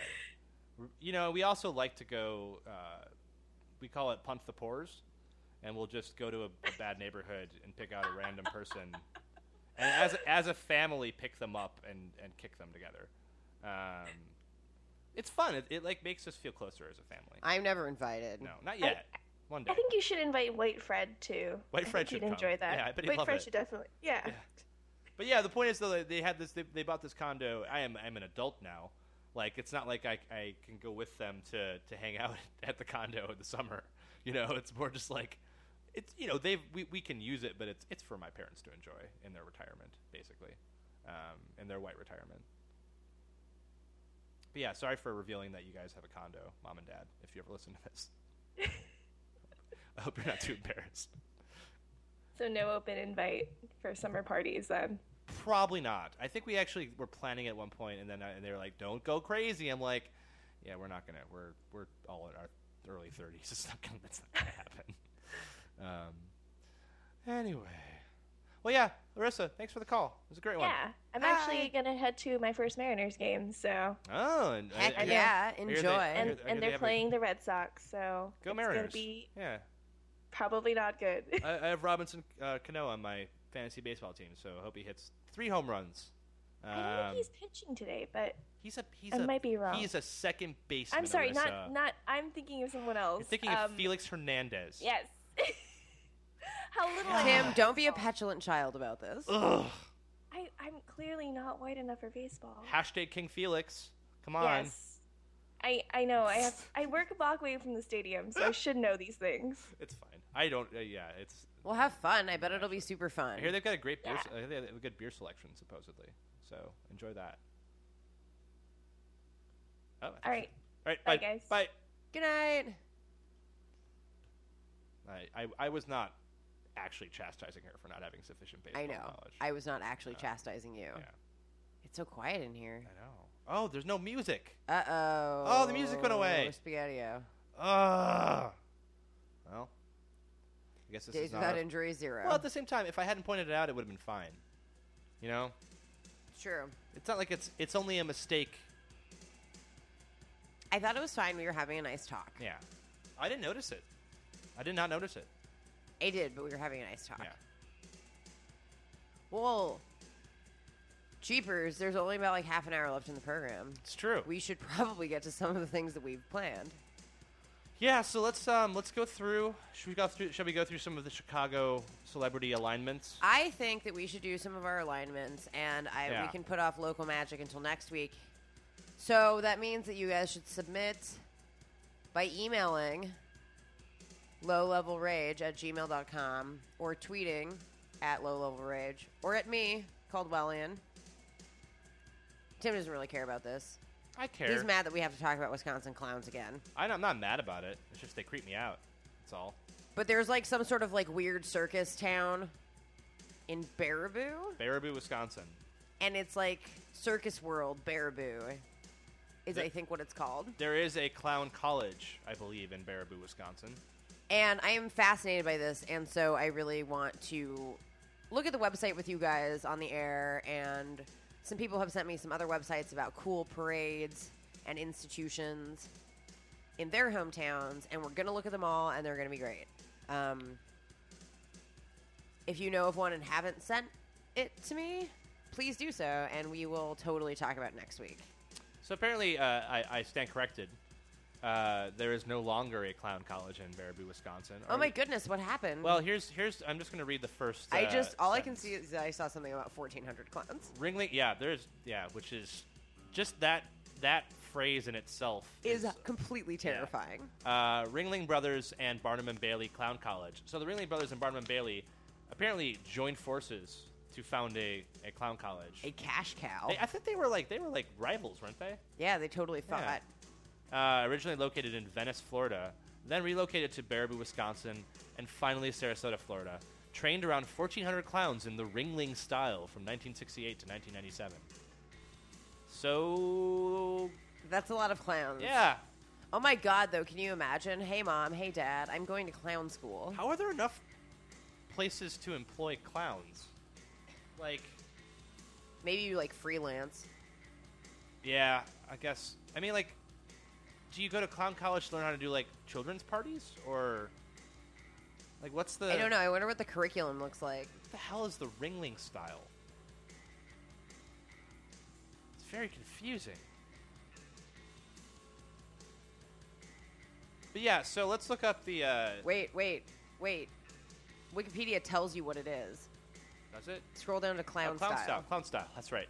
we're- you know, we also like to go. Uh, we call it punt the pores, and we'll just go to a, a bad neighborhood and pick out a random person, and as as a family, pick them up and and kick them together. Um, it's fun. It, it like makes us feel closer as a family.
I'm never invited.
No, not yet. One day.
I think you should invite White Fred too.
White
I
Fred
think
should
he'd
come.
enjoy that.
Yeah, I bet he'd
White
love
Fred
it.
should definitely. Yeah.
But yeah, the point is though that they had this. They, they bought this condo. I am I'm an adult now. Like it's not like I, I can go with them to to hang out at the condo in the summer. You know, it's more just like it's you know they we, we can use it, but it's it's for my parents to enjoy in their retirement basically, um, in their white retirement. But yeah, sorry for revealing that you guys have a condo, mom and dad. If you ever listen to this, I hope you're not too embarrassed.
So no open invite for summer parties then.
Probably not. I think we actually were planning at one point, and then I, and they were like, "Don't go crazy." I'm like, "Yeah, we're not gonna. We're we're all in our early 30s. It's not gonna. That's not gonna happen." um. Anyway, well, yeah, Larissa, thanks for the call. It was a great one.
Yeah, I'm
Hi.
actually gonna head to my first Mariners game. So
Oh, and I-
Heck
I-
yeah,
hear they-
enjoy.
I hear
and
they- I hear
and
they
they're
have a-
playing the Red Sox. So
Go
it's gonna
Mariners.
be
Yeah,
probably not good.
I, I have Robinson uh, Cano on my fantasy baseball team, so I hope he hits three home runs
I don't
Um,
think he's pitching today, but
he's a he's
I
a
might be wrong.
he's a second baseman.
I'm sorry,
Alyssa.
not not. I'm thinking of someone else.
You're thinking
um,
of Felix Hernandez.
Yes. How little I Oh.
Tim,
know
don't be a
baseball.
petulant child about this.
Ugh.
I, I'm clearly not white enough for baseball.
Hashtag King Felix. Come on.
Yes. I, I know. I have I work a block away from the stadium, so I should know these things.
It's fine.
I don't. Uh, yeah, it's.
We'll have fun. I bet it'll be super fun.
I hear they've got a great beer.
Yeah.
se- I hear they have a good beer selection supposedly. So enjoy that.
Oh, I think-
All right.
All right.
Bye,
Bye,
guys.
Bye.
Good night.
I, I, I was not actually chastising her for not having sufficient baseball
I know.
knowledge.
I was not actually chastising you.
yeah.
It's so quiet in here.
I know. Oh, there's no music.
Uh oh.
Oh, the music went away.
Spaghettio.
Ugh. Well, I guess this
Days
is not.
without
our-
injury zero.
Well, at the same time, if I hadn't pointed it out, it would have been fine. You know,
True.
it's not like it's it's only a mistake.
I thought it was fine. We were having a nice talk.
Yeah. I didn't notice it. I did not notice it.
I did, but we were having a nice talk.
Yeah.
Well, cheapers. There's only about like half an hour left in the program.
It's true.
We should probably get to some of the things that we've planned.
Yeah, so let's um let's go through. Should we go through? Shall we go through some of the Chicago celebrity alignments?
I think that we should do some of our alignments, and I, we
Yeah.
can put off local magic until next week. So that means that you guys should submit by emailing lowlevelrage at gmail.com or tweeting at lowlevelrage or at me, Caldwellian. Tim doesn't really care about this.
I care.
He's mad that we have to talk about Wisconsin clowns again.
I know- I'm not mad about it. It's just they creep me out. That's all.
But there's like some sort of like weird circus town in Baraboo.
Baraboo, Wisconsin.
and it's like Circus World Baraboo is I think what it's called.
There is a clown college, I believe, in Baraboo, Wisconsin.
And I am fascinated by this and so I really want to look at the website with you guys on the air and some people have sent me some other websites about cool parades and institutions in their hometowns and we're going to look at them all and they're going to be great. Um, if you know of one and haven't sent it to me, please do so and we will totally talk about it next week.
So apparently, uh, I, I stand corrected. Uh, there is no longer a clown college in Baraboo, Wisconsin.
Oh
Or-
my goodness, what happened?
Well, here's here's. I'm just gonna read the first.
I
uh,
just all I can
sentence.
see is that I saw something about 1400 clowns.
Ringling. Yeah, there's yeah, which is just that that phrase in itself
Is
is
completely terrifying.
uh, Ringling Brothers and Barnum and Bailey Clown College. So the Ringling Brothers and Barnum and Bailey apparently joined forces to found a, a clown college.
A cash cow.
They- I think they were like they were like rivals, weren't they?
yeah, they totally
Yeah.
fought.
Uh, originally located in Venice, Florida, then relocated to Baraboo, Wisconsin, and finally Sarasota, Florida. Trained around 1,400 clowns in the Ringling style from 1968 to 1997. So
That's a lot of clowns.
yeah,
Oh my god, though, can you imagine? Hey mom, hey dad, I'm going to clown school.
how are there enough places to employ clowns? Like,
Maybe you like freelance.
yeah, I guess. I mean, like, do you go to clown college to learn how to do like children's parties or like what's the
I don't know. I wonder what the curriculum looks like.
What the hell is the Ringling style? It's very confusing. But yeah, so let's look up the. Uh,
Wait, wait, wait. Wikipedia tells you what it is.
That's it.
Scroll down to clown,
Oh, clown
style.
Clown style. That's right.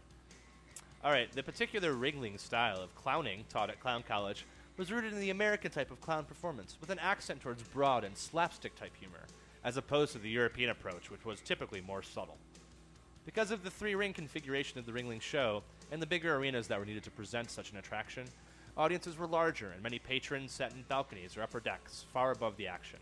All right. The particular wriggling style of clowning taught at Clown College was rooted in the American type of clown performance, with an accent towards broad and slapstick type humor, as opposed to the European approach, which was typically more subtle. Because of the three ring configuration of the Ringling show and the bigger arenas that were needed to present such an attraction, audiences were larger and many patrons sat in balconies or upper decks far above the action.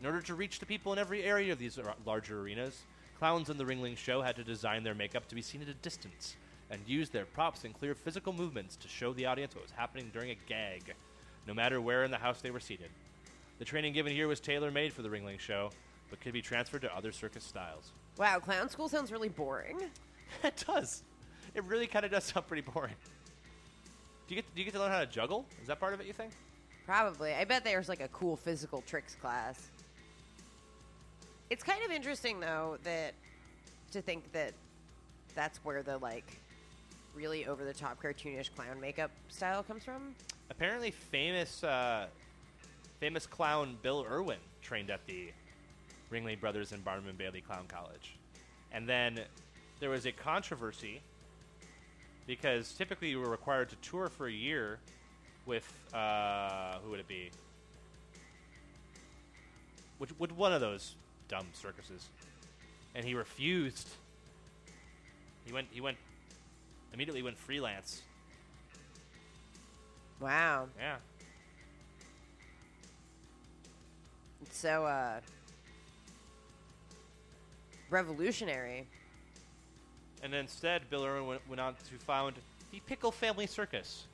In order to reach the people in every area of these ar- larger arenas, clowns in the Ringling Show had to design their makeup to be seen at a distance and use their props and clear physical movements to show the audience what was happening during a gag, no matter where in the house they were seated. The training given here was tailor made for the Ringling Show, but could be transferred to other circus styles.
Wow, clown school sounds really boring.
it does. It really kind of does sound pretty boring. Do you, get do you get to learn how to juggle? Is that part of it, you think?
Probably. I bet there's like a cool physical tricks class. It's kind of interesting though that to think that that's where the like really over the top cartoonish clown makeup style comes from?
Apparently, famous uh, famous clown Bill Irwin trained at the Ringling Brothers and Barnum and Bailey Clown College, and then there was a controversy because typically you were required to tour for a year with uh, who would it be? Which with one of those dumb circuses, and he refused. He went. He went. Immediately went freelance.
Wow.
Yeah.
So uh revolutionary.
And instead, Bill Irwin went, went on to found the Pickle Family Circus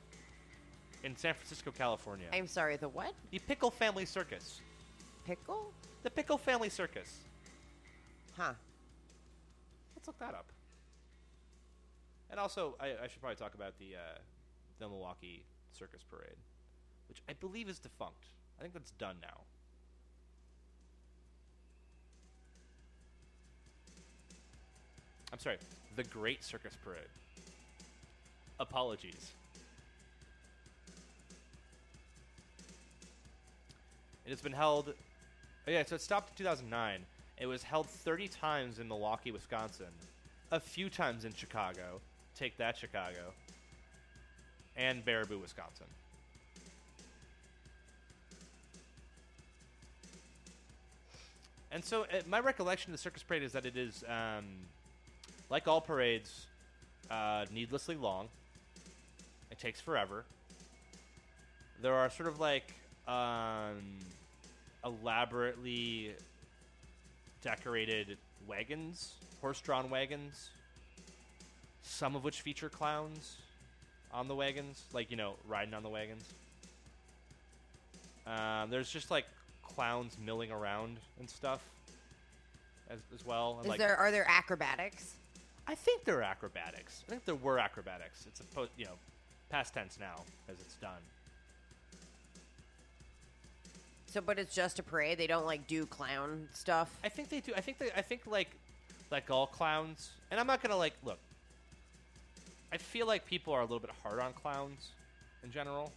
in San Francisco, California.
I'm sorry, the what?
the Pickle Family Circus.
Pickle?
The Pickle Family Circus.
Huh.
Let's look that up. And also, I, I should probably talk about the uh, the Milwaukee Circus Parade, which I believe is defunct. I think that's done now. I'm sorry, the Great Circus Parade. Apologies. It has been held Oh, yeah, so it stopped in 2009. It was held 30 times in Milwaukee, Wisconsin, a few times in Chicago. Take that, Chicago. And Baraboo, Wisconsin. And so, uh, my recollection of the circus parade is that it is, um, like all parades, uh, needlessly long. It takes forever. There are sort of like um, elaborately decorated wagons, horse-drawn wagons, some of which feature clowns on the wagons, like you know, riding on the wagons. Um, there's just like clowns milling around and stuff as, as well. And,
Is
like,
there are there acrobatics?
I think there are acrobatics. I think there were acrobatics. It's a po- you know, past tense now as it's done.
So but it's just a parade. They don't like do clown stuff.
I think they do. I think they, I think like like all clowns, and I'm not gonna like look. I feel like people are a little bit hard on clowns in general.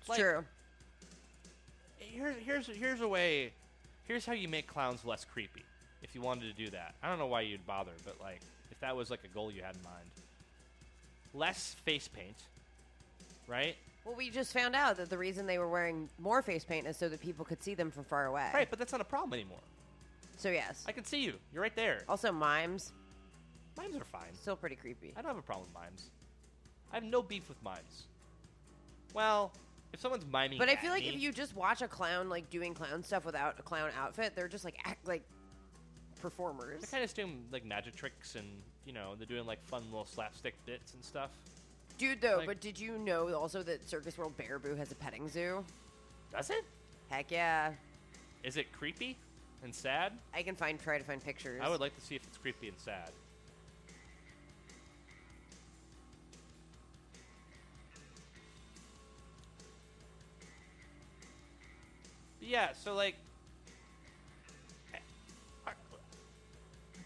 It's
like-
true.
Here's here's here's a way. Here's how you make clowns less creepy. If you wanted to do that, I don't know why you'd bother, but like if that was like a goal you had in mind, less face paint, right?
Well, we just found out that the reason they were wearing more face paint is so that people could see them from far away.
Right, but that's not a problem anymore.
So yes.
I can see you. You're right there.
also mimes
Mimes are fine.
still pretty creepy.
I don't have a problem with mimes. I have no beef with mimes. Well, if someone's miming,
But I
at
feel like
me-
if you just watch a clown like doing clown stuff without a clown outfit, they're just like act like performers.
they're kind of doing like magic tricks and you know they're doing like fun little slapstick bits and stuff.
Dude, though,
like-
but did you know also that Circus World Baraboo has a petting zoo?
Does it?
Heck yeah.
Is it creepy and sad?
I can find try to find pictures.
I would like to see if it's creepy and sad. But yeah, so like, are-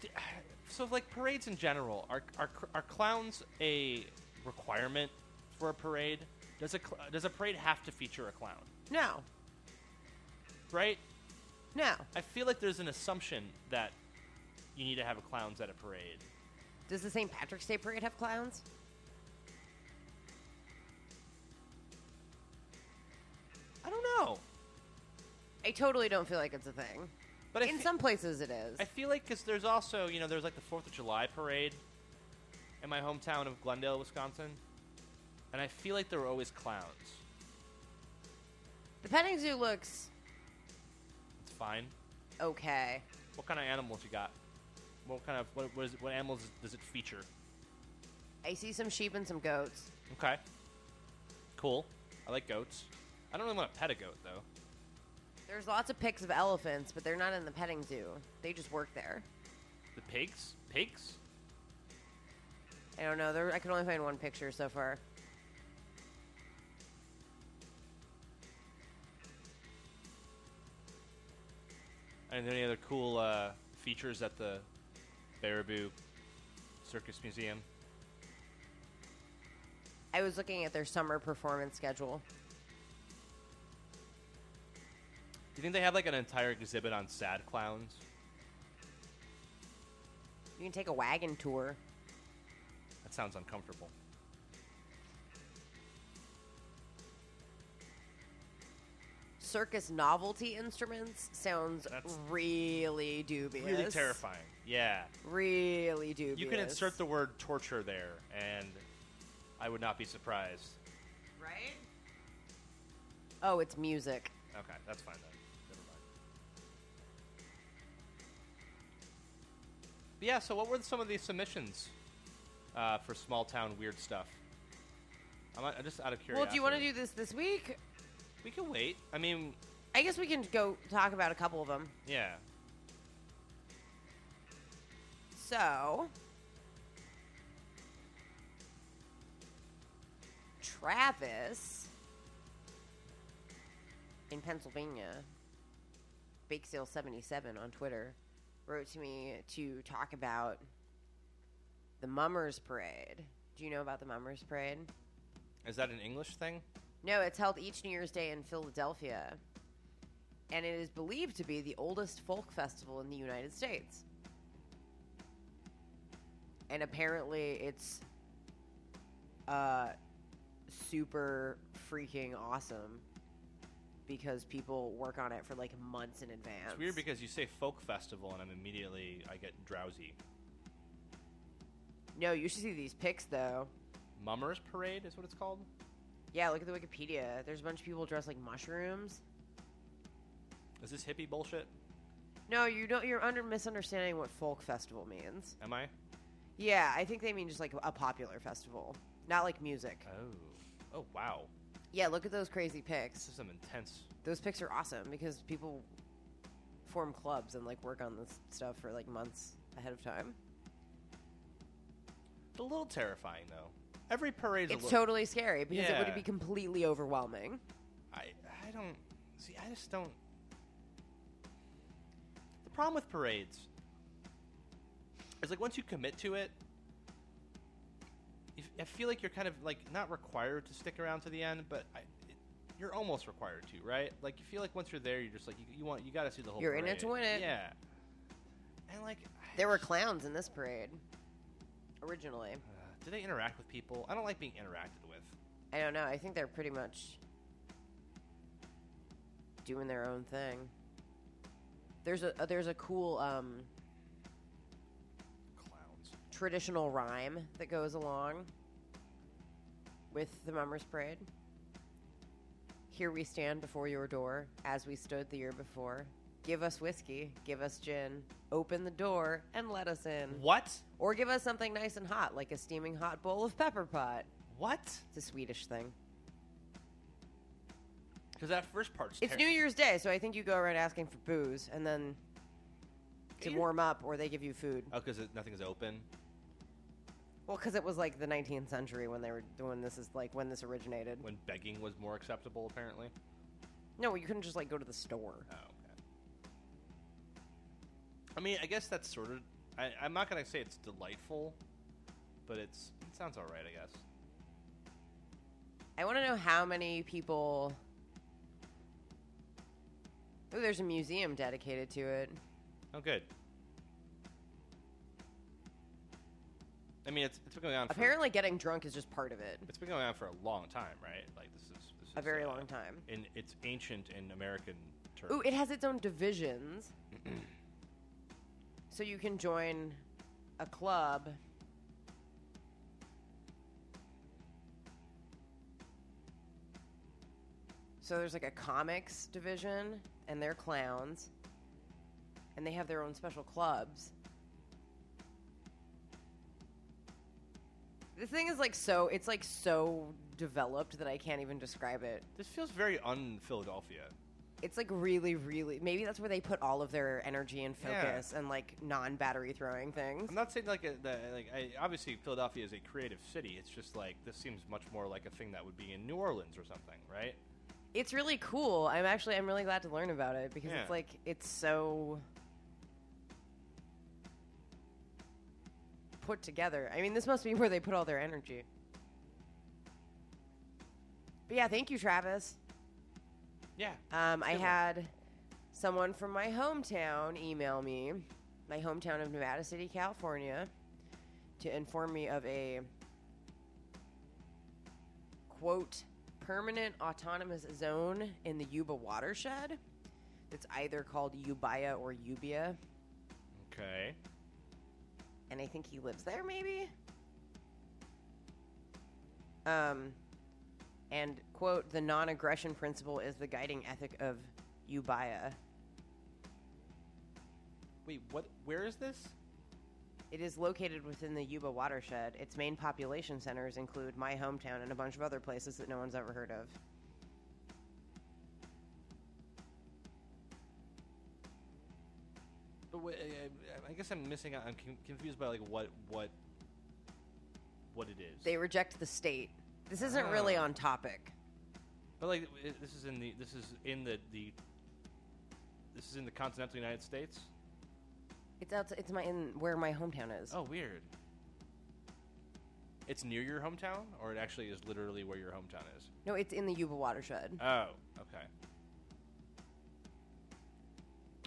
d- so like parades in general are are cr- are clowns a requirement for a parade? Does a cl- does a parade have to feature a clown?
No.
Right?
No.
I feel like there's an assumption that you need to have a clowns at a parade.
Does the St. Patrick's Day parade have clowns?
I don't know,
I totally don't feel like it's a thing.
but I
In
fe-
some places it is.
I feel like because there's also you know there's like the Fourth of July parade in my hometown of Glendale, Wisconsin, and I feel like there were always clowns.
the petting zoo looks
It's fine.
okay.
What kind of animals you got? What kind of what what, is it, what animals does it feature?
I see some sheep and some goats.
Okay, cool. I like goats. I don't really want to pet a goat though.
There's lots of pics of elephants, but they're not in the petting zoo. They just work there.
The pigs, pigs.
I don't know. There, I can only find one picture so far.
And there any other cool uh, features at the Baraboo circus museum.
I was looking at their summer performance schedule.
Do you think they have like an entire exhibit on sad clowns?
You can take a wagon tour.
That sounds uncomfortable.
Circus novelty instruments sounds
That's
really dubious.
Really terrifying. Yeah.
Really dubious.
You can insert the word torture there, and I would not be surprised.
right. Oh, it's music.
Okay, that's fine then. Never mind. But yeah, so what were some of these submissions uh, for small town weird stuff? I'm, I'm just out of curiosity.
Well, do you want to do this this week?
We can wait. I mean,
I guess we can go talk about a couple of them.
yeah.
So, Travis in Pennsylvania, Bake Sale 77 on Twitter, wrote to me to talk about the Mummers Parade. Do you know about the Mummers Parade?
Is that an English thing?
No, it's held each New Year's Day in Philadelphia, and it is believed to be the oldest folk festival in the United States. And apparently, it's uh, super freaking awesome because people work on it for like months in advance.
It's weird because you say folk festival, and I'm immediately I get drowsy.
no, you should see these pics though.
Mummers Parade is what it's called.
Yeah, look at the Wikipedia. There's a bunch of people dressed like mushrooms.
Is this hippie bullshit?
No, you don't. You're under misunderstanding what folk festival means.
Am I?
Yeah, I think they mean just like a popular festival, not like music.
Oh. Oh wow.
Yeah, look at those crazy
This
pics.
is some intense.
Those pics are awesome because people form clubs and like work on this stuff for like months ahead of time.
It's a little terrifying though. Every parade's a
It's
little.
totally scary because it
Yeah.
would be completely overwhelming.
I I don't see. I just don't. The problem with parades is like once you commit to it, you f- I feel like you're kind of like not required to stick around to the end, but I, it, you're almost required to, right? Like you feel like once you're there, you're just like you, you want you got to see the whole.
You're in it to
parade.
win it.
Yeah. And like I
There were
just-
clowns in this parade originally.
uh, do they interact with people? I don't like being interacted with.
I don't know. I think they're pretty much doing their own thing. There's a uh, there's a cool um,
Clowns.
traditional rhyme that goes along with the Mummers Parade. Here we stand before your door, as we stood the year before. Give us whiskey, give us gin, open the door and let us in.
What?
Or give us something nice and hot, like a steaming hot bowl of pepper pot.
What?
It's a Swedish thing.
Because that first part's
It's
ter-
New Year's Day, so I think you go around asking for booze and then to
Can you-
warm up, or they give you food.
Oh, because nothing's open.
Well, because it was like the 19th century when they were doing this, is like when this originated.
when begging was more acceptable, apparently.
No, you couldn't just like go to the store.
Oh, okay. I mean, I guess that's sort of. I, I'm not gonna say it's delightful, but it's it sounds all right, I guess.
I want to know how many people. Oh, there's a museum dedicated to it.
Oh, good. I mean, it's it's been going on. For,
Apparently, getting drunk is just part of it.
it's been going on for a long time, right? Like this is this is
A very
uh,
long time.
In it's ancient in American terms.
Ooh, it has its own divisions. so you can join a club. So there's like a comics division, and they're clowns. And they have their own special clubs. This thing is like so, it's like so developed that I can't even describe it
this feels very un-Philadelphia.
it's like really, really. Maybe that's where they put all of their energy and focus and like non-battery throwing things.
I'm not saying like a, the, like I, obviously Philadelphia is a creative city. It's just like this seems much more like a thing that would be in New Orleans or something, right?
It's really cool. I'm actually I'm really glad to learn about it because
Yeah.
it's like it's so put together. I mean, this must be where they put all their energy. But yeah, thank you, Travis.
Yeah.
Um, I had someone from my hometown email me, my hometown of Nevada City, California, to inform me of a quote permanent autonomous zone in the Yuba watershed. It's either called Ubaya or Ubia,
Okay.
and I think he lives there, maybe. Um, and quote the non-aggression principle is the guiding ethic of Ubaya.
Wait, what? Where is this?
It is located within the Yuba watershed. Its main population centers include my hometown and a bunch of other places that no one's ever heard of.
But wait, I, I- I guess I'm missing out. I'm con- confused by like what what what it is.
They reject the state. This isn't really
Ah.
on topic.
but like i- this is in the this is in the the this is in the continental United States.
It's out. It's my in where my hometown is.
Oh, weird. It's near your hometown, or it actually is literally where your hometown is.
No, it's in the Yuba watershed.
Oh, okay.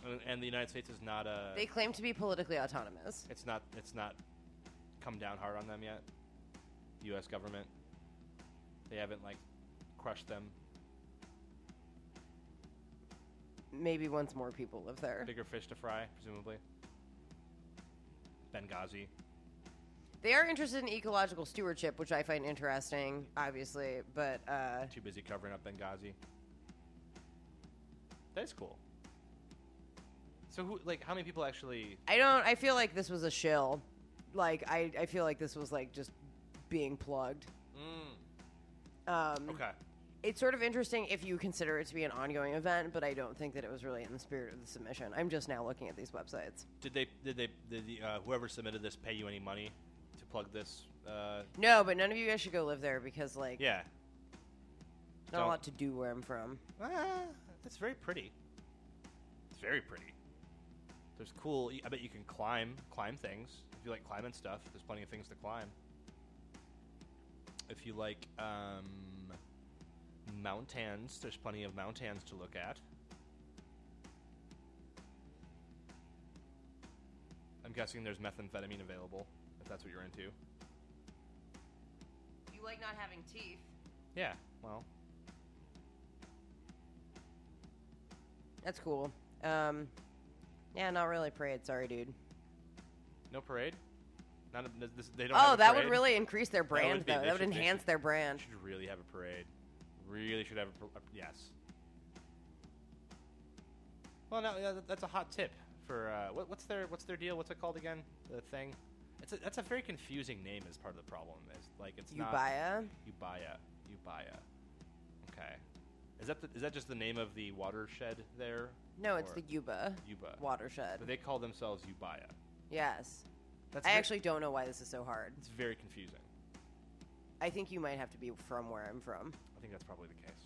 And, and the United States is not a.
They claim to be politically autonomous.
It's not. It's not come down hard on them yet. The U.S. government. They haven't like crushed them.
Maybe once more people live there.
Bigger fish to fry, presumably. Benghazi.
They are interested in ecological stewardship, which I find interesting, obviously. But uh,
Too busy covering up Benghazi. That's cool. So who like how many people actually?
I don't. I feel like this was a shill. Like I, I feel like this was like just being plugged.
Mm.
Um,
Okay.
It's sort of interesting if you consider it to be an ongoing event, but I don't think that it was really in the spirit of the submission. I'm just now looking at these websites.
Did they? Did they? Did the, uh, whoever submitted this pay you any money to plug this? Uh,
No, but none of you guys should go live there because, like,
yeah.
not a
don't.
lot to do where I'm from.
Ah, that's very pretty. It's very pretty. There's cool. I bet you can climb, climb things. If you like climbing stuff, there's plenty of things to climb. If you like um, mountains, there's plenty of mountains to look at. I'm guessing there's methamphetamine available if that's what you're into.
You like not having teeth.
Yeah. Well,
That's cool. Um, yeah, not really parade. Sorry, dude.
no parade. Not a, this, they don't. have
Oh,
a
that would
parade?
really increase their
would
brand,
be-
though.
they
That would
should- they
enhance
should-
their brand.
Should really have a parade. Really should have a, par- a- yes. Well, no, yeah, that- that's a hot tip for uh, what, what's their what's their deal? What's it called again? The thing. It's a, that's a very confusing name as part of the problem. Is like it's not
Ubaya.
Ubaya. Ubaya. Okay. Is that the, is that just the name of the watershed there?
No, it's
Or
the Yuba
Yuba.
watershed.
But they call themselves Ubaya.
Yes.
That's
I
ve-
actually don't know why this is so hard.
It's very confusing.
I think you might have to be from where I'm from.
I think that's probably the case.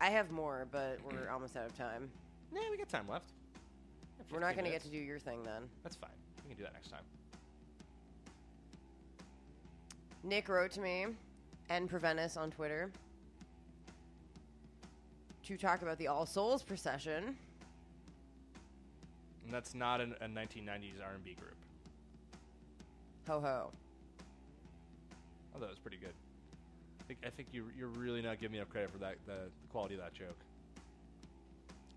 I have more, but we're almost out of time.
Nah, we got time left.
We're not
15
going to
minutes.
get to do your thing then.
That's fine. We can do that next time.
Nick wrote to me and Preventus on Twitter to talk about the All Souls procession.
And that's not an, a 1990s R&B group.
Ho ho.
Although it's pretty good. I think, I think you, you're really not giving me enough credit for that the, the quality of that joke.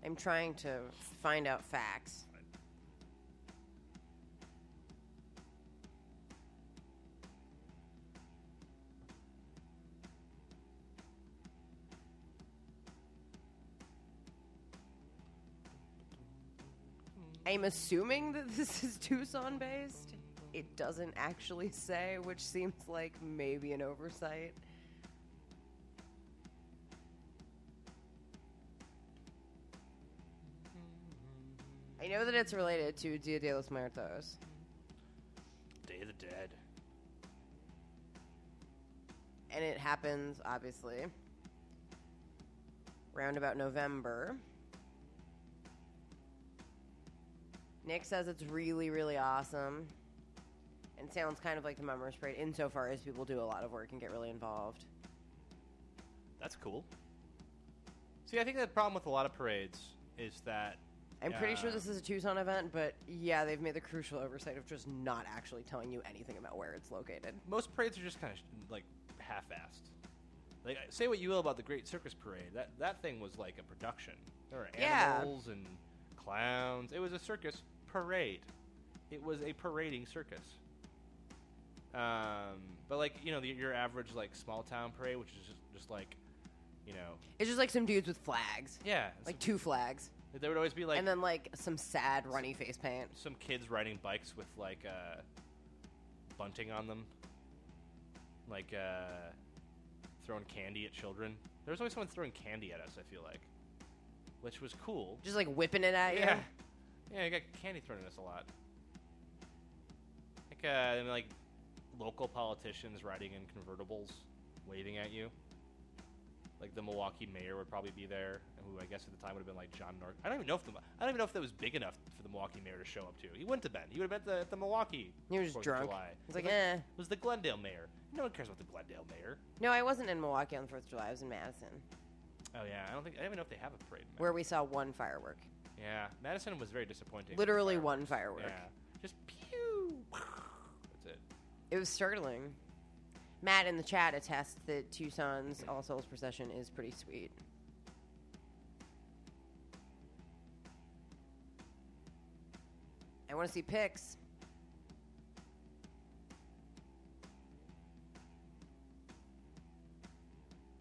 I'm trying to find out facts. I'm assuming that this is Tucson based. It doesn't actually say, which seems like maybe an oversight. I know that it's related to Dia de los Muertos.
Day of the Dead.
and it happens obviously round about November. Nick says it's really, really awesome and sounds kind of like the Memory Parade insofar as people do a lot of work and get really involved.
That's cool.
See, I think the problem with a lot of parades is that
I'm pretty sure
Yeah.
this is a Tucson event, but yeah, they've made the crucial oversight of just not actually telling you anything about where it's located.
most parades are just kind of like half-assed. Like, say what you will about the Great Circus Parade, that that thing was like a production. There were
Yeah.
animals and clowns. It was a circus parade. It was a parading circus. Um, but like you know, the, your average like small town parade, which is just, just like, you know,
It's just like some dudes with flags,
yeah,
like two flags,
so there would always be like
and then like some sad runny face paint.
some kids riding bikes with like uh, bunting on them, like uh, throwing candy at children. There was always someone throwing candy at us. I feel like, which was cool.
Just like whipping it at
yeah,
you.
yeah, I got candy thrown at us a lot. Like, uh, and, like local politicians riding in convertibles, waving at you. Like the Milwaukee mayor would probably be there, who I guess at the time would have been like John North. I don't even know if the I don't even know if that was big enough for the Milwaukee mayor to show up to. He wouldn't have been. He would have been at the, at the Milwaukee.
He was just
Fourth of
drunk.
July.
He's like, eh.
It was the Glendale mayor. No one cares about the Glendale mayor.
No, I wasn't in Milwaukee on the 4th of July. I was in Madison,
Oh yeah, I don't think I don't even know if they have a parade. In
where we saw one firework.
Madison. yeah, Madison was very disappointing.
Literally
Fireworks.
one firework.
Yeah, just pew. That's it.
It was startling. Matt in the chat attests that Tucson's All Souls procession is pretty sweet. I want to see pics.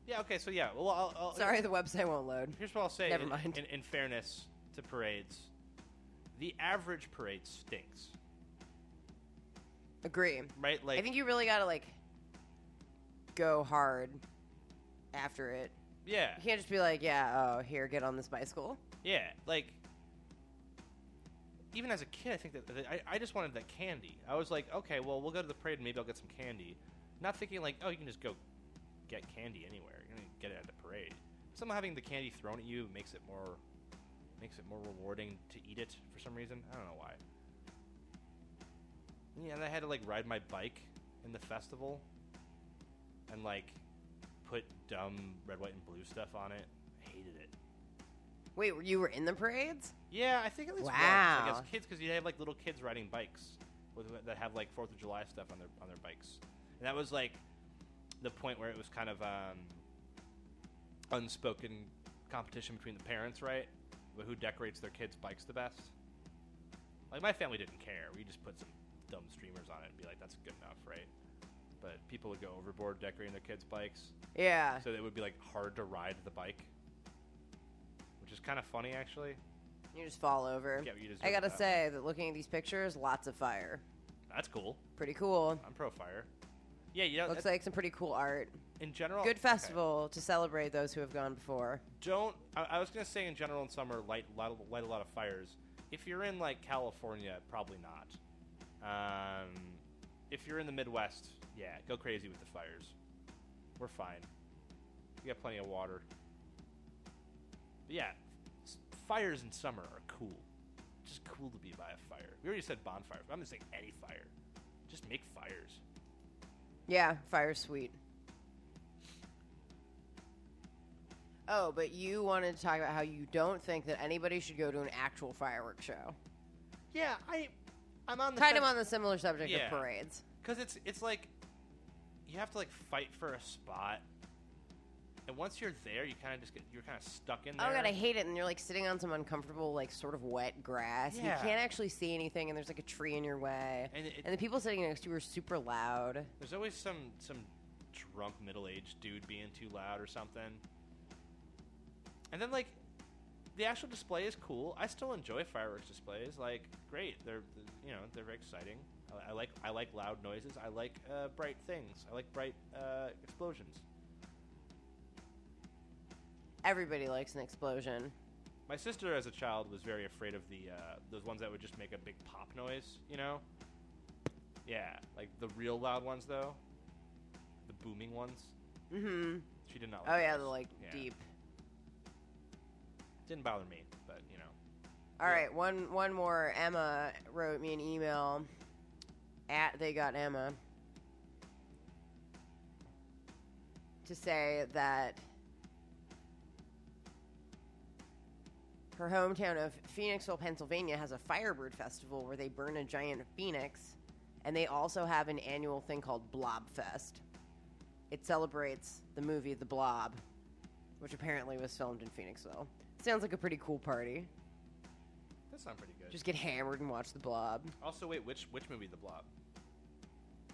Yeah. Okay. So yeah. Well, I'll, I'll,
Sorry, the website won't load.
Here's what I'll say.
Never
in,
mind.
In, in fairness to parades, the average parade stinks,
Agree.
right? Like,
I think you really got to like go hard after it.
yeah,
You can't just be like, yeah, oh, here, get on this bicycle.
yeah. Like, even as a kid, I think that, that I, I just wanted that candy. I was like, okay, well, we'll go to the parade and maybe I'll get some candy. Not thinking like, oh, you can just go get candy anywhere. You're gonna get it at the parade. Somehow having the candy thrown at you makes it more makes it more rewarding to eat it for some reason. I don't know why. Yeah, and I had to like ride my bike in the festival and like put dumb red, white, and blue stuff on it. Hated it.
Wait, you were in the parades?
Yeah, I think at least
Wow.
once. Like as kids, because you have like little kids riding bikes with, that have like Fourth of July stuff on their on their bikes, and that was like the point where it was kind of um, unspoken competition between the parents, right? But who decorates their kids' bikes the best? Like my family didn't care. We just put some dumb streamers on it and be like, "That's good enough," right? But people would go overboard decorating their kids' bikes,
Yeah.
so it would be like hard to ride the bike, which is kind of funny actually.
You just fall over.
Yeah, you deserve
I gotta
that.
say that looking at these pictures, lots of fire.
That's cool.
Pretty cool.
I'm pro fire. Yeah, you know,
Looks
that-
like some pretty cool art.
in general, Uh,
Good
Oh, okay.
festival to celebrate those who have gone before.
Don't. I, I was gonna say in general in summer, light, light light a lot of fires. If you're in like California, probably not. Um, if you're in the Midwest, yeah, go crazy with the fires. We're fine. We got plenty of water. But yeah, s- fires in summer are cool. Just cool to be by a fire. We already said bonfires. But I'm gonna say any fire. Just make fires.
Yeah, fire sweet. Oh, but you wanted to talk about how you don't think that anybody should go to an actual fireworks show.
Yeah, I. I'm on the
Kind of
fence.
on the similar subject
Yeah.
of parades.
because it's it's like you have to like fight for a spot, and once you're there, you kind of just get you're kind of stuck in there.
Oh god, I hate it. And you're like sitting on some uncomfortable, like sort of wet grass.
Yeah.
You can't actually see anything, and there's like a tree in your way.
And it-
and the people sitting next to you are super loud.
There's always some some drunk middle aged dude being too loud or something. And then like the actual display is cool. I still enjoy fireworks displays. Like great, they're you know they're very exciting. I, I like I like loud noises. I like uh, bright things. I like bright uh, explosions.
Everybody likes an explosion.
My sister, as a child, was very afraid of the uh, those ones that would just make a big pop noise. You know? Yeah, like the real loud ones, though. The booming ones.
Mm-hmm.
She did not. Like
Oh yeah,
those.
the like
Yeah.
deep.
Didn't bother me, but you know.
All right, one one more. Emma wrote me an email at they got Emma to say that her hometown of Phoenixville, Pennsylvania, has a Firebird Festival where they burn a giant phoenix, and they also have an annual thing called Blobfest. It celebrates the movie The Blob, which apparently was filmed in Phoenixville. Sounds like a pretty cool party.
That sounds pretty good.
Just get hammered and watch The Blob.
also, wait, which which movie? The Blob.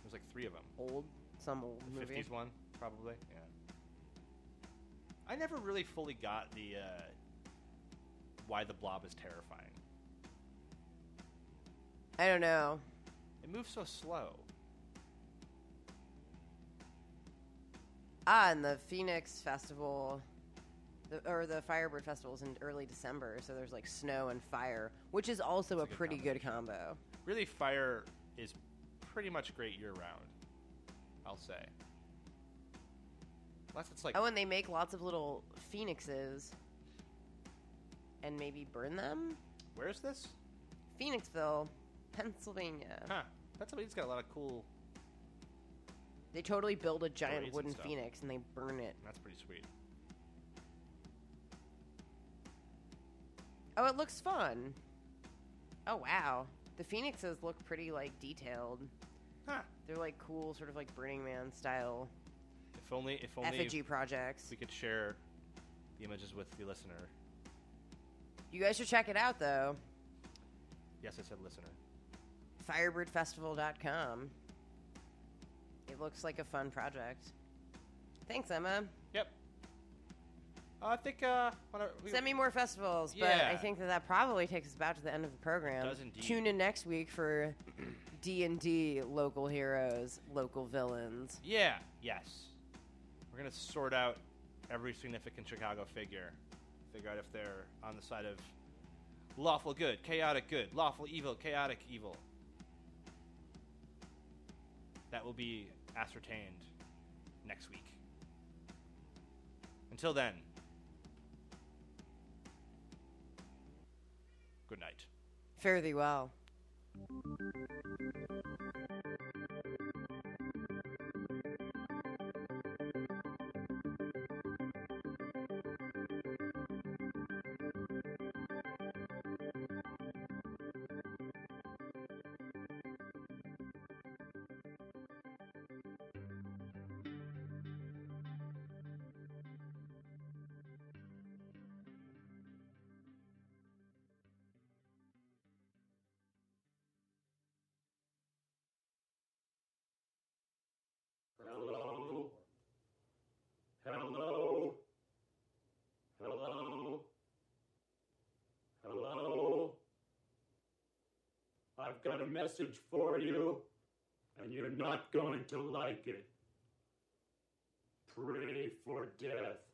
There's like three of them.
Old, some old movie.
Fifties one, probably. Yeah.
I never really fully got the uh, why the blob is terrifying.
I don't know.
It moves so slow.
Ah, and the Phoenix Festival, the, or the Firebird Festival is in early December, so there's like snow and fire, which is also a,
good
pretty good combo.
Really, fire is pretty much great year round. I'll say.
Unless it's like
Oh, and they make lots of little phoenixes and maybe burn them?
Where is this?
Phoenixville, Pennsylvania.
Huh? Pennsylvania's got a lot of cool.
They totally build a giant
Parades and
wooden
stuff.
phoenix and they burn it.
That's pretty sweet.
Oh, it looks fun. Oh, wow. The phoenixes look pretty like detailed.
Huh?
They're like cool, sort of like Burning Man style
If only, if only
effigy projects.
we could share the images with the listener.
You guys should check it out though.
Yes, I said listener.
Firebirdfestival.com. It looks like a fun project. Thanks, Emma.
Yep. Uh, I think. Uh, wanna, we,
Send me more festivals, but I
Yeah.
think that that probably takes us about to the end of the program.
Does indeed.
Tune in next week for D and D local heroes, local villains.
Yeah. Yes. We're gonna sort out every significant Chicago figure. Figure out if they're on the side of lawful good, chaotic good, lawful evil, chaotic evil. That will be ascertained next week. Until then, good night.
Fare thee well.
Hello? Hello? Hello? Hello? I've got a message for you, and you're not going to like it. Pray for death.